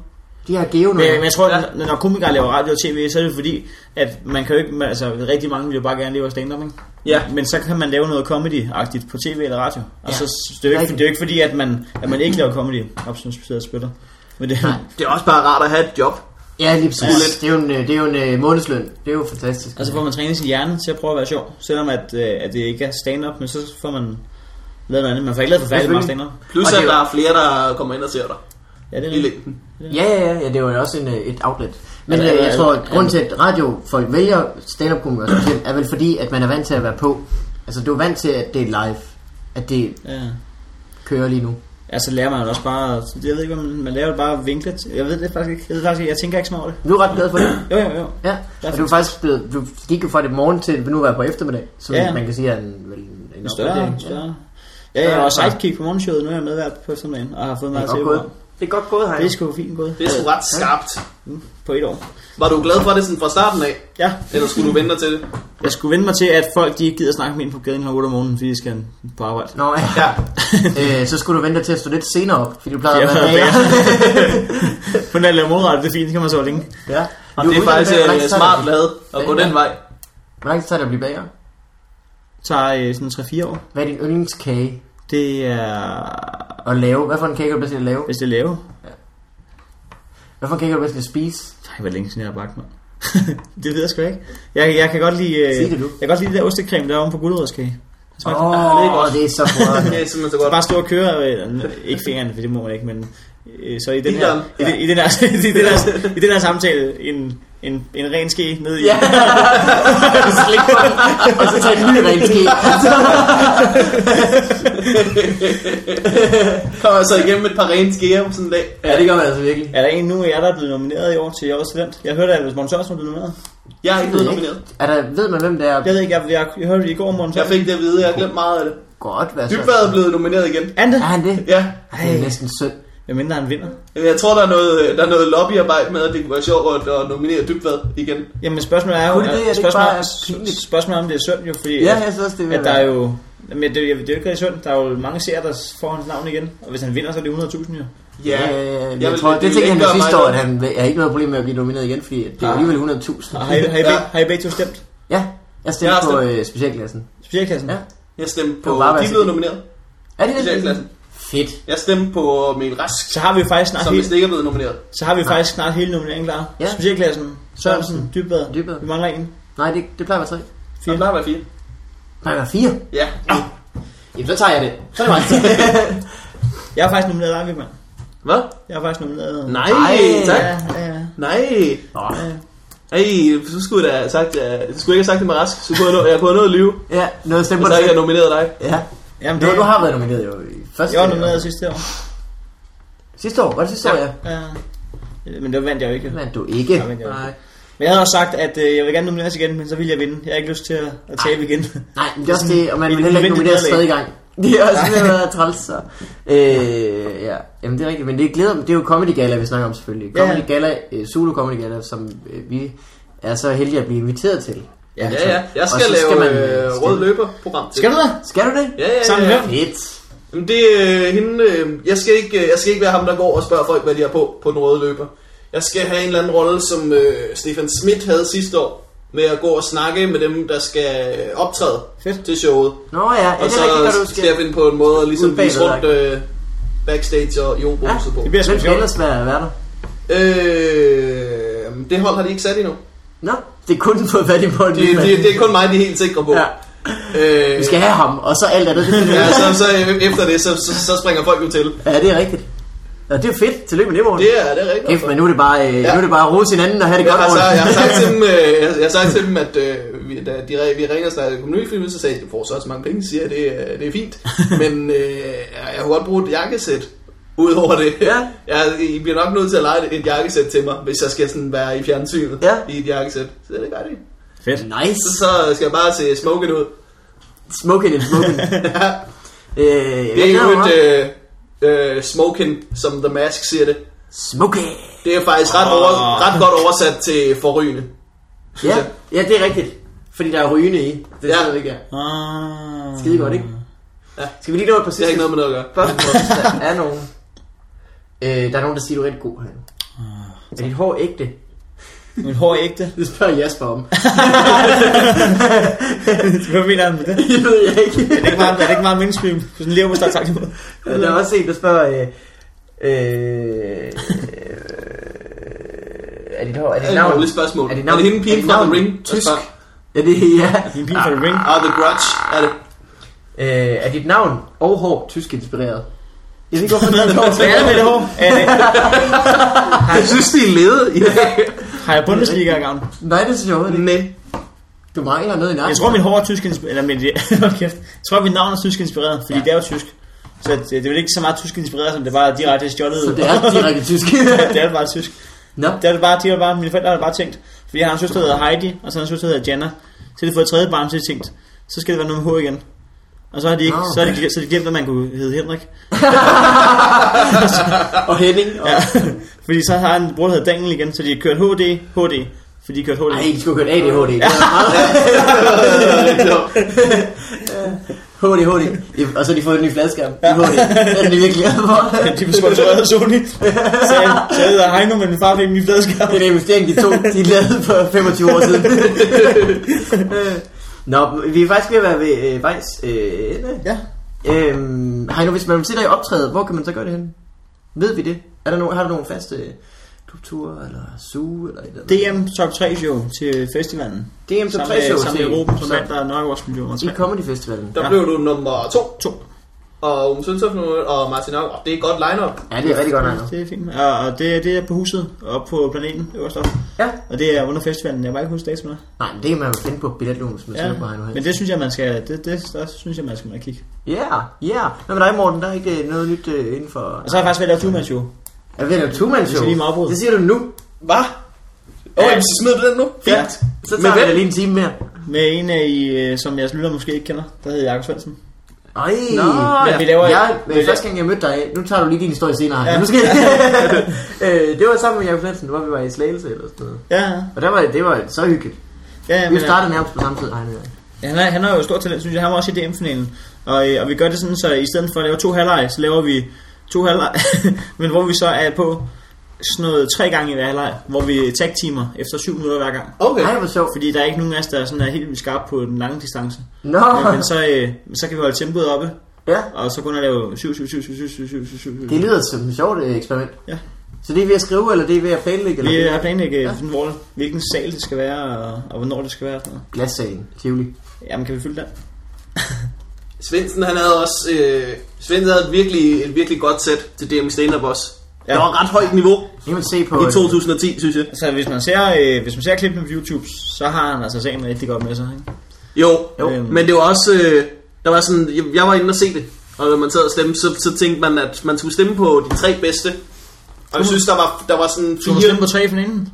De har Geo nu.
Men, men jeg tror,
Ja.
at når komikere laver radio og tv, så er det fordi, at man kan jo ikke... man- Altså, rigtig mange vil jo bare gerne leve af stand-up, ikke?
Ja.
Men så kan man lave noget comedy-agtigt på tv eller radio. Og
Ja.
så så det er jo ikke,
Rigtigt.
det er jo ikke fordi, at man, at man ikke laver comedy. Absolut specielt spytter. Men det,
Nej.
Det er også bare rart at have et job.
Ja, lige præcis.
Ulet.
Det er jo en, øh, det er jo en øh, månedsløn. Det er jo fantastisk.
altså får man trænet sin hjerne til at prøve at være sjov. Selvom at, øh, at det ikke er stand-up, men så får man lavet noget andet. Man får ikke lavet forfærdeligt meget stand-up.
Plus
Og det er
at
jo-
der er flere, der kommer ind og ser dig
Ja, det er
i
rigtigt.
længden.
Ja, ja, ja, ja, det var jo også en, øh, et outlet. Men
Ja,
øh,
ja,
jeg
ja,
tror,
ja.
at grunden til, at radiofolk vælger stand-up komikere specielt, er vel fordi, at man er vant til at være på. Altså, du er vant til, at det er live. At det
Ja.
kører lige nu.
Altså lærer man jo også bare, jeg ved ikke, hvad man, man lærer jo bare vinklet. Jeg ved det faktisk ikke, jeg, ved faktisk, ikke, jeg tænker ikke så meget over det.
Du er ret glad for det.
Jo, jo, jo.
Ja, og du er faktisk blevet, du gik jo fra det morgen til nu være på eftermiddag, som
Ja, ja.
man kan sige er en, vel, en, en
En større,
opgradering.
en større.
Ja.
Ja, jeg
Ja,
var
ja.
sidekick på morgenshowet, nu er jeg medvært på eftermiddagen, og har fået
Det
meget
er
til.
godt gået. Det er godt gået,
Det er sgu fint gået.
Det er sgu ret skarpt.
På et år.
Var du glad for det sådan fra starten af?
Ja,
Eller skulle du vente dig til det?
jeg skulle vende mig til, at folk de ikke gider snakke med ind på gaden kl. 8 om morgenen, fordi de skal på arbejde.
Nå, ja.
Ja.
øh, så skulle du vente til at stå lidt senere op, fordi du plejer at
Ja,
være bager.
Men når jeg laver modret, det er fint, det kan man så længe.
ja.
Og
Du
det er
uddannet
faktisk
bager.
øh, smart lavet at
Hvor lang tid tager det at blive-
gå den vej.
Hvor lang tid tager det at blive bager?
Tager øh, sådan 3-4 år.
Hvad er din yndlingskage
Det er,
at lave? Hvad for en kage kan du bedst lide at lave?
hvis det er lave.
Hvad for en kage kan du bedst lide at spise?
Ej, hvor længe siden jeg har bagt mig. det ved jeg sgu ikke. Jeg, jeg kan godt lide... øh,
Sig det nu.
Jeg kan godt lide det der ostekrem, der er oven på guldrødskage.
Åh,
det
smagte-
er
oh,
godt.
det er så godt.
Det er simpelthen så
Så
godt.
bare stå og køre, øh, ikke fingrene, for det må man ikke, men øh, så i den her,
Literen.
i, den, i, den her, i, den her, i den her samtale, en, en, en ren ske ned i.
Ja. Slik på den, og så tager en ny ren ske.
Kommer jeg så igennem et par rene skeer på sådan en dag.
Ja, det gør man altså virkelig.
Er der en nu af jer, der er blevet nomineret i år til Årets Talent? Jeg hørte, at Morten Sørensen var blevet nomineret.
Jeg er ikke
Ved
blevet
jeg
nomineret.
ikke. Er der, ved man, hvem det er?
Jeg ved ikke, jeg, jeg, jeg hørte det i går om Morten
Jeg
Sørensen.
fik det at vide, jeg har glemt meget af det.
Godt, hvad så?
Dybvad er blevet nomineret igen.
Ante,
Er han det?
Ja.
Det er næsten synd.
jeg mindre han vinder.
Jeg tror, der er noget, øh, der er noget lobbyarbejde med, at det kunne være sjovt at, at nominere Dybvad igen.
Jamen spørgsmålet er jo,
Kunne det det? Er det ikke
spørgsmålet,
bare pinligt?
spørgsmålet er, om det er synd jo, fordi
Ja,
at-
jeg synes også, det er ved
at
at
der
være.
er jo... Men det, det er jo ikke rigtig synd. Der er jo mange seere, der får hans navn igen. Og hvis han vinder, så er det 100.000 jo.
Ja,
Øh, jeg tror, det tænkte han jo sidste år, at han jeg har ikke noget problem med at blive nomineret igen, fordi det er
Nej.
alligevel
Og har I,
100.000.
har I, beg-
Ja.
har I begge to stemt?
Ja, jeg stemte
Jeg har
på
stemt.
øh, specialklassen.
Specialklassen?
Ja.
Jeg stemte på...
Det var bare, hvad
De
jeg
blev
sagde.
nomineret.
Er det
Specialklassen.
det? Fedt.
Jeg stemte på Emil Rask,
Så har vi jo faktisk snart,
som
hele,
hvis det ikke er blevet nomineret.
så har vi faktisk snart hele nomineringen klar.
Ja.
Ja. Specialklassen, Sørensen, Dybvad.
Dybvad.
Vi mangler en.
Nej, det, det plejer at være tre.
Så
Fire.
der var fire.
Nej, der er fire.
Ja.
Jamen, så tager jeg det. Så er det mig.
Jeg er faktisk nomineret Arvig, mand.
Hvad?
Jeg er faktisk nomineret.
Nej,
Ej,
tak.
Ja, ja, ja.
Nej.
Nå.
Ej, så skulle jeg da have sagt, at, jeg skulle ikke have sagt det med Rask. Så kunne jeg, nå, jeg kunne have nået at lyve,
Ja, noget stemmer
hvis jeg ikke havde nomineret dig.
Ja.
Jamen,
Du,
det,
du har været nomineret jo i første
jeg var nomineret sidste år.
Sidste år, var det sidste år, ja.
ja. Men det vandt jeg jo ikke. jo.
Men du ikke.
Der vandt jeg jo ikke. Men jeg havde også sagt, at øh, jeg vil gerne nomineres igen, men så vil jeg vinde. Jeg har ikke lyst til at, at tabe igen.
Nej, men det er også det, og man
Det er
vil heller ikke
nødvendigt nederlag.
nomineres tredje gang. Det er også det, der er træls, så. Øh, ja, jamen det er rigtigt, men det glæder det er jo Comedy Gala, vi snakker om selvfølgelig.
Ja.
Comedy Gala, øh, Zulu Comedy Gala, som øh, vi er så heldige at blive inviteret til.
Ja,
Ja, ja. Jeg skal,
Og så
lave
skal
skal
man,
man,
øh,
øh, rød løber-program. til.
Skal du da?
Skal du det?
Ja, ja, ja.
Sammen med
ja.
hvem?
Fedt.
Jamen det er øh, hende, øh, jeg, skal ikke, øh, jeg skal ikke være ham, der går og spørger folk, hvad de har på på den røde løber. Jeg skal have en eller anden rolle, som øh, Stefan Schmidt havde sidste år, med at gå og snakke med dem, der skal øh, optræde
Fedt.
til showet.
Nå ja, ja
og
det
så
er rigtigt, når du
skal jeg
skal.
finde på en måde at ligesom
Ude bagved,
vise rundt øh, backstage og i
Ja,
obohuset på.
Det bliver sgu
Hvem skal
sjovt.
ellers være værter?
Øh, jamen, det hold har de ikke sat endnu.
Nå, det er kun på, hvad de på en
Det, det, det er kun mig, de er helt sikre på.
Ja.
Øh,
Vi skal have ham, og så alt andet. Det finder vi ud
ja,
af.
så, så efter det, så, så, så springer folk jo til.
ja, det er rigtigt. Og det er fedt. Tillykke med det, morgen.
Det er, det er rigtigt.
Kæft, men nu er det bare, øh, nu er det bare at rose hinanden og have det
Jeg
godt,
har,
Morten.
sagt, jeg, har sagt altså, til dem, øh, jeg, jeg har sagt til dem, at øh, vi, da de, re- vi ringer og snakker kommunalfilm, så sagde de, du får så også mange penge, siger jeg, det, er- det er fint. Men øh, jeg, jeg kunne godt bruge et jakkesæt ud over det.
Ja.
Jeg, I bliver nok nødt til at lege et jakkesæt til mig, hvis jeg skal sådan være i fjernsynet
Ja.
i et jakkesæt. Så det gør de.
Fedt.
Nice.
Så, så skal jeg bare se smoking ud.
Smoking and smoking.
Ja.
øh,
Det er
jeg
jo
glæder mig meget.
et øh, øh, smoking, som The Mask siger det.
Smoking.
Det er faktisk ret, over, ret godt oversat til forrygende.
Ja,
jeg.
ja, det er rigtigt. Fordi der er rygende i. Det
Ja.
er ja. ikke er.
Ah.
Skide godt, ikke?
Ja.
Skal vi lige nå et par
Det har
sidste
ikke noget med noget at gøre.
spørgsmål, hvis der er nogen? Øh, der er nogen, der siger, du er rigtig god herinde. Er dit hår ægte?
Min hår er ægte.
Det spørger Jasper om.
Hvad mener han med det?
det ved jeg ikke.
Er det ikke meget, er det ikke meget menneskelig? På sådan en lever, der er tak imod.
Ja, der er også en, der spørger... Øh, øh, øh, er dit hår... Er
Det er
dit
et
navn?
dårligt spørgsmål.
Er
Er det,
dit navn?
hende pigen
dit
fra
navn
The Ring?
Tysk.
Tysk.
Er det, ja.
Min pige fra The Ring.
Og Ah, The Grudge er det.
Øh, er dit navn og hår tysk inspireret? Jeg ved ikke, hvorfor det
Hvad er det med det hår? Er det-
Jeg synes, de er lede i dag.
Har jeg bundesliga i gang?
Nej, det synes jeg overhovedet ikke.
Nej.
Du mangler noget i nakken.
Jeg tror, min hår er tysk inspireret. Eller min, hold kæft. Jeg tror, mit navn er tysk inspireret, fordi det er jo tysk. Så det, det er vel ikke så meget tysk inspireret, som det bare er direkte stjålet.
Så det er direkte tysk.
det er jo bare tysk.
Nå,
Det er det bare, de har bare, mine forældre har bare tænkt, fordi jeg har en søster, der hedder Heidi, og så har en søster, der hedder Jana. Så har de fået et tredje barn, så har de tænkt, så skal det være noget med H igen. Og så har de, ikke,
Nå.
så har de, glemt- så har de glemt, at man kunne hedde Henrik.
og Henning. Og...
Ja. fordi så har en bror, der hedder Daniel igen, så de har kørt HD, HD, fordi de kørte HD.
Ej, de skulle have kørt ADHD. Det var meget- HD, HD. De- Og så har de fået en ny fladskærm. I HD. Det er de virkelig glade for.
de blev sponsoreret af Sony. Så jeg, så jeg hedder Heino, men min far fik min fladskærm.
Det er en investering, de to de lavede for 25 år siden. Øh, Nå, vi er faktisk ved at være ved øh, vejs øh, ende.
Ja.
Øhm, Heino, hvis man vil se dig i optræde, hvor kan man så gøre det henne? Ved vi det? Er der nogen, har du nogle faste øh, klubture, eller suge, eller et eller andet?
DM Top 3 show til festivalen.
DM som
Sammen med,
tre show
sammen med Europa, som
som-
vandt der er Norge Washington Million.
i Comedy Festivalen.
Der blev du nummer to.
To.
Og Ome Sønsof nu, og Martin Akker. Det er et godt line-up.
Ja, det er rigtig godt, Heino.
Det er fint. Og, og det, det er på huset, oppe på planeten, øverst op.
Ja.
Og det er under festivalen, jeg var ikke huske dagen med.
Nej, men det kan man jo finde på billetlugen, hvis man
Ja,
søger på Heino Hansen.
men det synes jeg, man skal, det, det, der synes jeg, man skal man kigge.
Ja, ja. Hvad med dig, Morten? Der er ikke øh, noget nyt øh, inden for...
Og så har jeg faktisk været at lave show.
Jeg ved, det er jo two-man
Altså- Jeg skal lige med
show.
afbryde.
Det siger du nu.
Hvad? Åh, oh, så smider du den nu?
Ja.
Så
Men
tager vi
hvem?
da lige en time mere.
Med en af I, øh, som jeres lytter måske ikke kender, der hedder Jakob Svendsen.
Ej,
Nå, Men vi laver-
jeg,
vi
øh,
laver-
første gang jeg mødte dig, nu tager du lige din historie senere.
Ja.
Ja. Nu skal øh, det var sammen med Jacob Hansen, hvor vi var i Slagelse eller sådan noget.
Ja,
Og der var, det var så hyggeligt.
ja, ja,
Vi
men,
startede nærmest på samme tid, Heino. og jeg.
ja, han, er, han er jo stor talent, synes jeg. Han var også i DM-finalen. Og, øh, og vi gør det sådan, så i stedet for at lave to halvleje, så laver vi to halvleje. men hvor vi så er på sådan noget tre gange i hver halvleg, hvor vi tag timer efter syv minutter hver gang.
Okay.
Ej, hvor sjovt.
Fordi der er ikke nogen af os, der er sådan er helt vildt skarp på den lange distance.
Nå,
Men, men så, øh, så kan vi holde tempoet oppe,
ja.
og så kun at lave 7 7 7 7 7 7 7 7 7
Det lyder som et sjovt øh, eksperiment.
Ja.
Så det er ved at skrive, eller det er ved at planlægge?
Vi
Eller?
har øh, planlægget, ja. hvor, hvilken sal det skal være, og, og hvornår det skal være. og Sådan noget.
Glassagen, Tivoli.
Jamen, kan vi fylde den?
Svendsen, han havde også... Øh, Svendsen havde et virkelig, et virkelig godt sæt til DM Stand Up også. Ja.
Ja.
Der var ret højt niveau
Det kan man se på... øh,
i 2010, synes jeg.
Så hvis man ser, øh, hvis man ser klippene på YouTube, så har han altså sagen rigtig godt med sig. Ikke?
Jo,
Jo.
jo. men det var også, øh, der var sådan, jeg, jeg var inde og se det, og når man sad og stemte, så, så tænkte man, at man skulle stemme på de tre bedste. Og jeg synes, der var, der var sådan
Du må stemme
fire,
på tre for inden.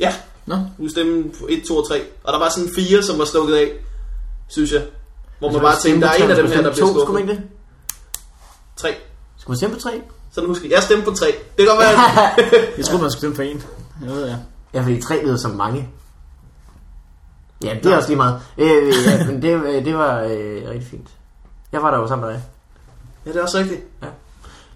ja,
Nå.
du kunne stemme på 1, 2 og 3, og der var sådan fire, som var slukket af, synes jeg. Hvor man
altså,
bare tænkte, der er en af dem her, der bliver
to, skulle man
skuffet.
ikke det?
Tre.
Skulle man stemme på tre?
Sådan husker jeg. Jeg stemte på tre. Det kan godt være, at-
Jeg tror man skulle stemme på en. Jeg ved, ja.
Ja, fordi tre lyder som mange. Ja, det er også lige meget. Øh, ja, men det, øh, det var øh, rigtig fint. Jeg var der jo sammen med dig.
Ja, det er også rigtigt.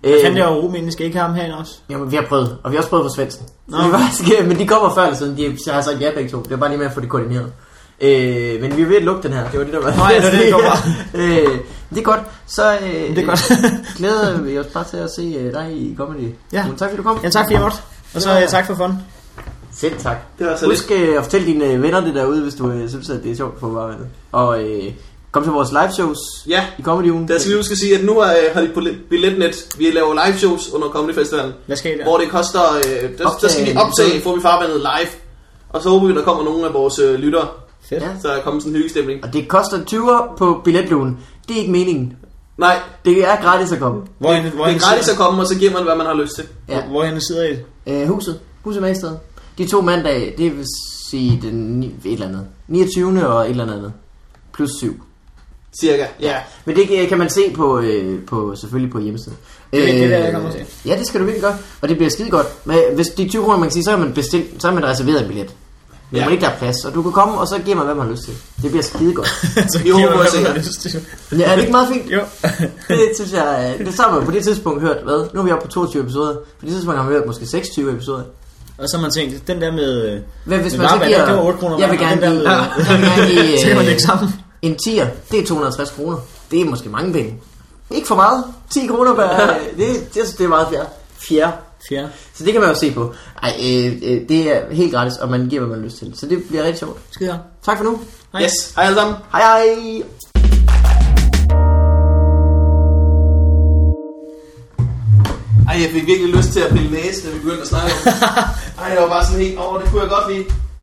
Øh,
Han der jo rumænen, skal ikke have ham herinde også.
Jamen, vi har prøvet, og vi har også prøvet på Svendsen. Så
Nå.
vi var, skal, men de kommer før eller siden, de har sagt ja begge to. Det er bare lige med at få det koordineret. Øh, men vi er ved at lukke den her. Det var det, der var.
Nej, det var det, der var.
øh, det er godt. Så øh, det
er godt.
glæder vi os bare til at se øh, dig i comedy.
Ja.
Men tak fordi du kom.
Ja, tak for hjemmet. Og så
Ja.
øh, tak for fun.
Selv tak.
Det var så
Husk øh, at fortælle dine øh, venner det derude, hvis du øh, synes, at det er sjovt på varvandet. Og øh, Kom til vores live shows
Ja.
i Comedy Ugen.
Der skal vi huske at sige, at nu er, øh, har de på li- billetnet. Vi laver live shows under Comedy Festivalen.
Hvad skal I der?
Hvor det koster... Øh, der, der,
Optage
skal vi
en
optage,
episode.
får vi farvandet live. Og så håber vi, der kommer nogle af vores øh, lyttere.
Fedt.
Ja.
Så der kommer sådan en hyggestemning.
Og det koster 20'er på billetlån. Det er ikke meningen.
Nej,
Det er gratis at komme.
Hvor,
det, det er gratis at komme, og så giver man, hvad man har lyst til.
Ja.
Hvor han sidder i det.
Øh, huset. Huset Magstad. De to mandag, det vil sige den ni, et eller andet. 29. og et eller andet andet. Plus 7.
Cirka, ja.
Men det kan- kan man se på, øh, på selvfølgelig på hjemmesiden. Øh,
Det er det, jeg kommer til.
Ja, det skal du virkelig godt. Og det bliver skide godt. Men øh, hvis de 20 kroner, man kan sige, så har man, bestilt, så har man reserveret en billet. Men
Ja.
ja. ikke der er plads. Og du kan komme, og så giver man, hvad man har lyst til. Det bliver skide godt.
så
Vi håber, at se
hvad
jer.
man har lyst til.
Ja, er det ikke meget fint?
Jo.
Det synes jeg, øh, det så har man på det tidspunkt hørt, hvad? Nu er vi oppe på 22 episoder. På det tidspunkt har man hørt måske 26 episoder.
Og så har man tænkt, den der med... øh,
Hvad hvis
Men
man så
varmvand,
giver...
det var 8 kroner
Jeg vil
varm,
gerne
og den der-
give... Jeg vil gerne give...
Så kan man
øh,
lægge sammen.
En tier, det er 250 kroner. Det er måske mange penge. Ikke for meget. 10 kroner per... øh, Det, jeg synes, det er meget fjerde. Fjerde.
Fjerde.
Så det kan man jo se på. Ej, øh, øh, det er helt gratis, og man giver, hvad man har lyst til. Så det bliver rigtig sjovt.
Skide her.
Tak for nu.
Hej.
Yes, hej alle sammen.
Hej hej.
Ej, jeg fik virkelig lyst til at pille næse, da vi begyndte at snakke om det. Ej, jeg var bare sådan helt, åh, det kunne jeg godt lide.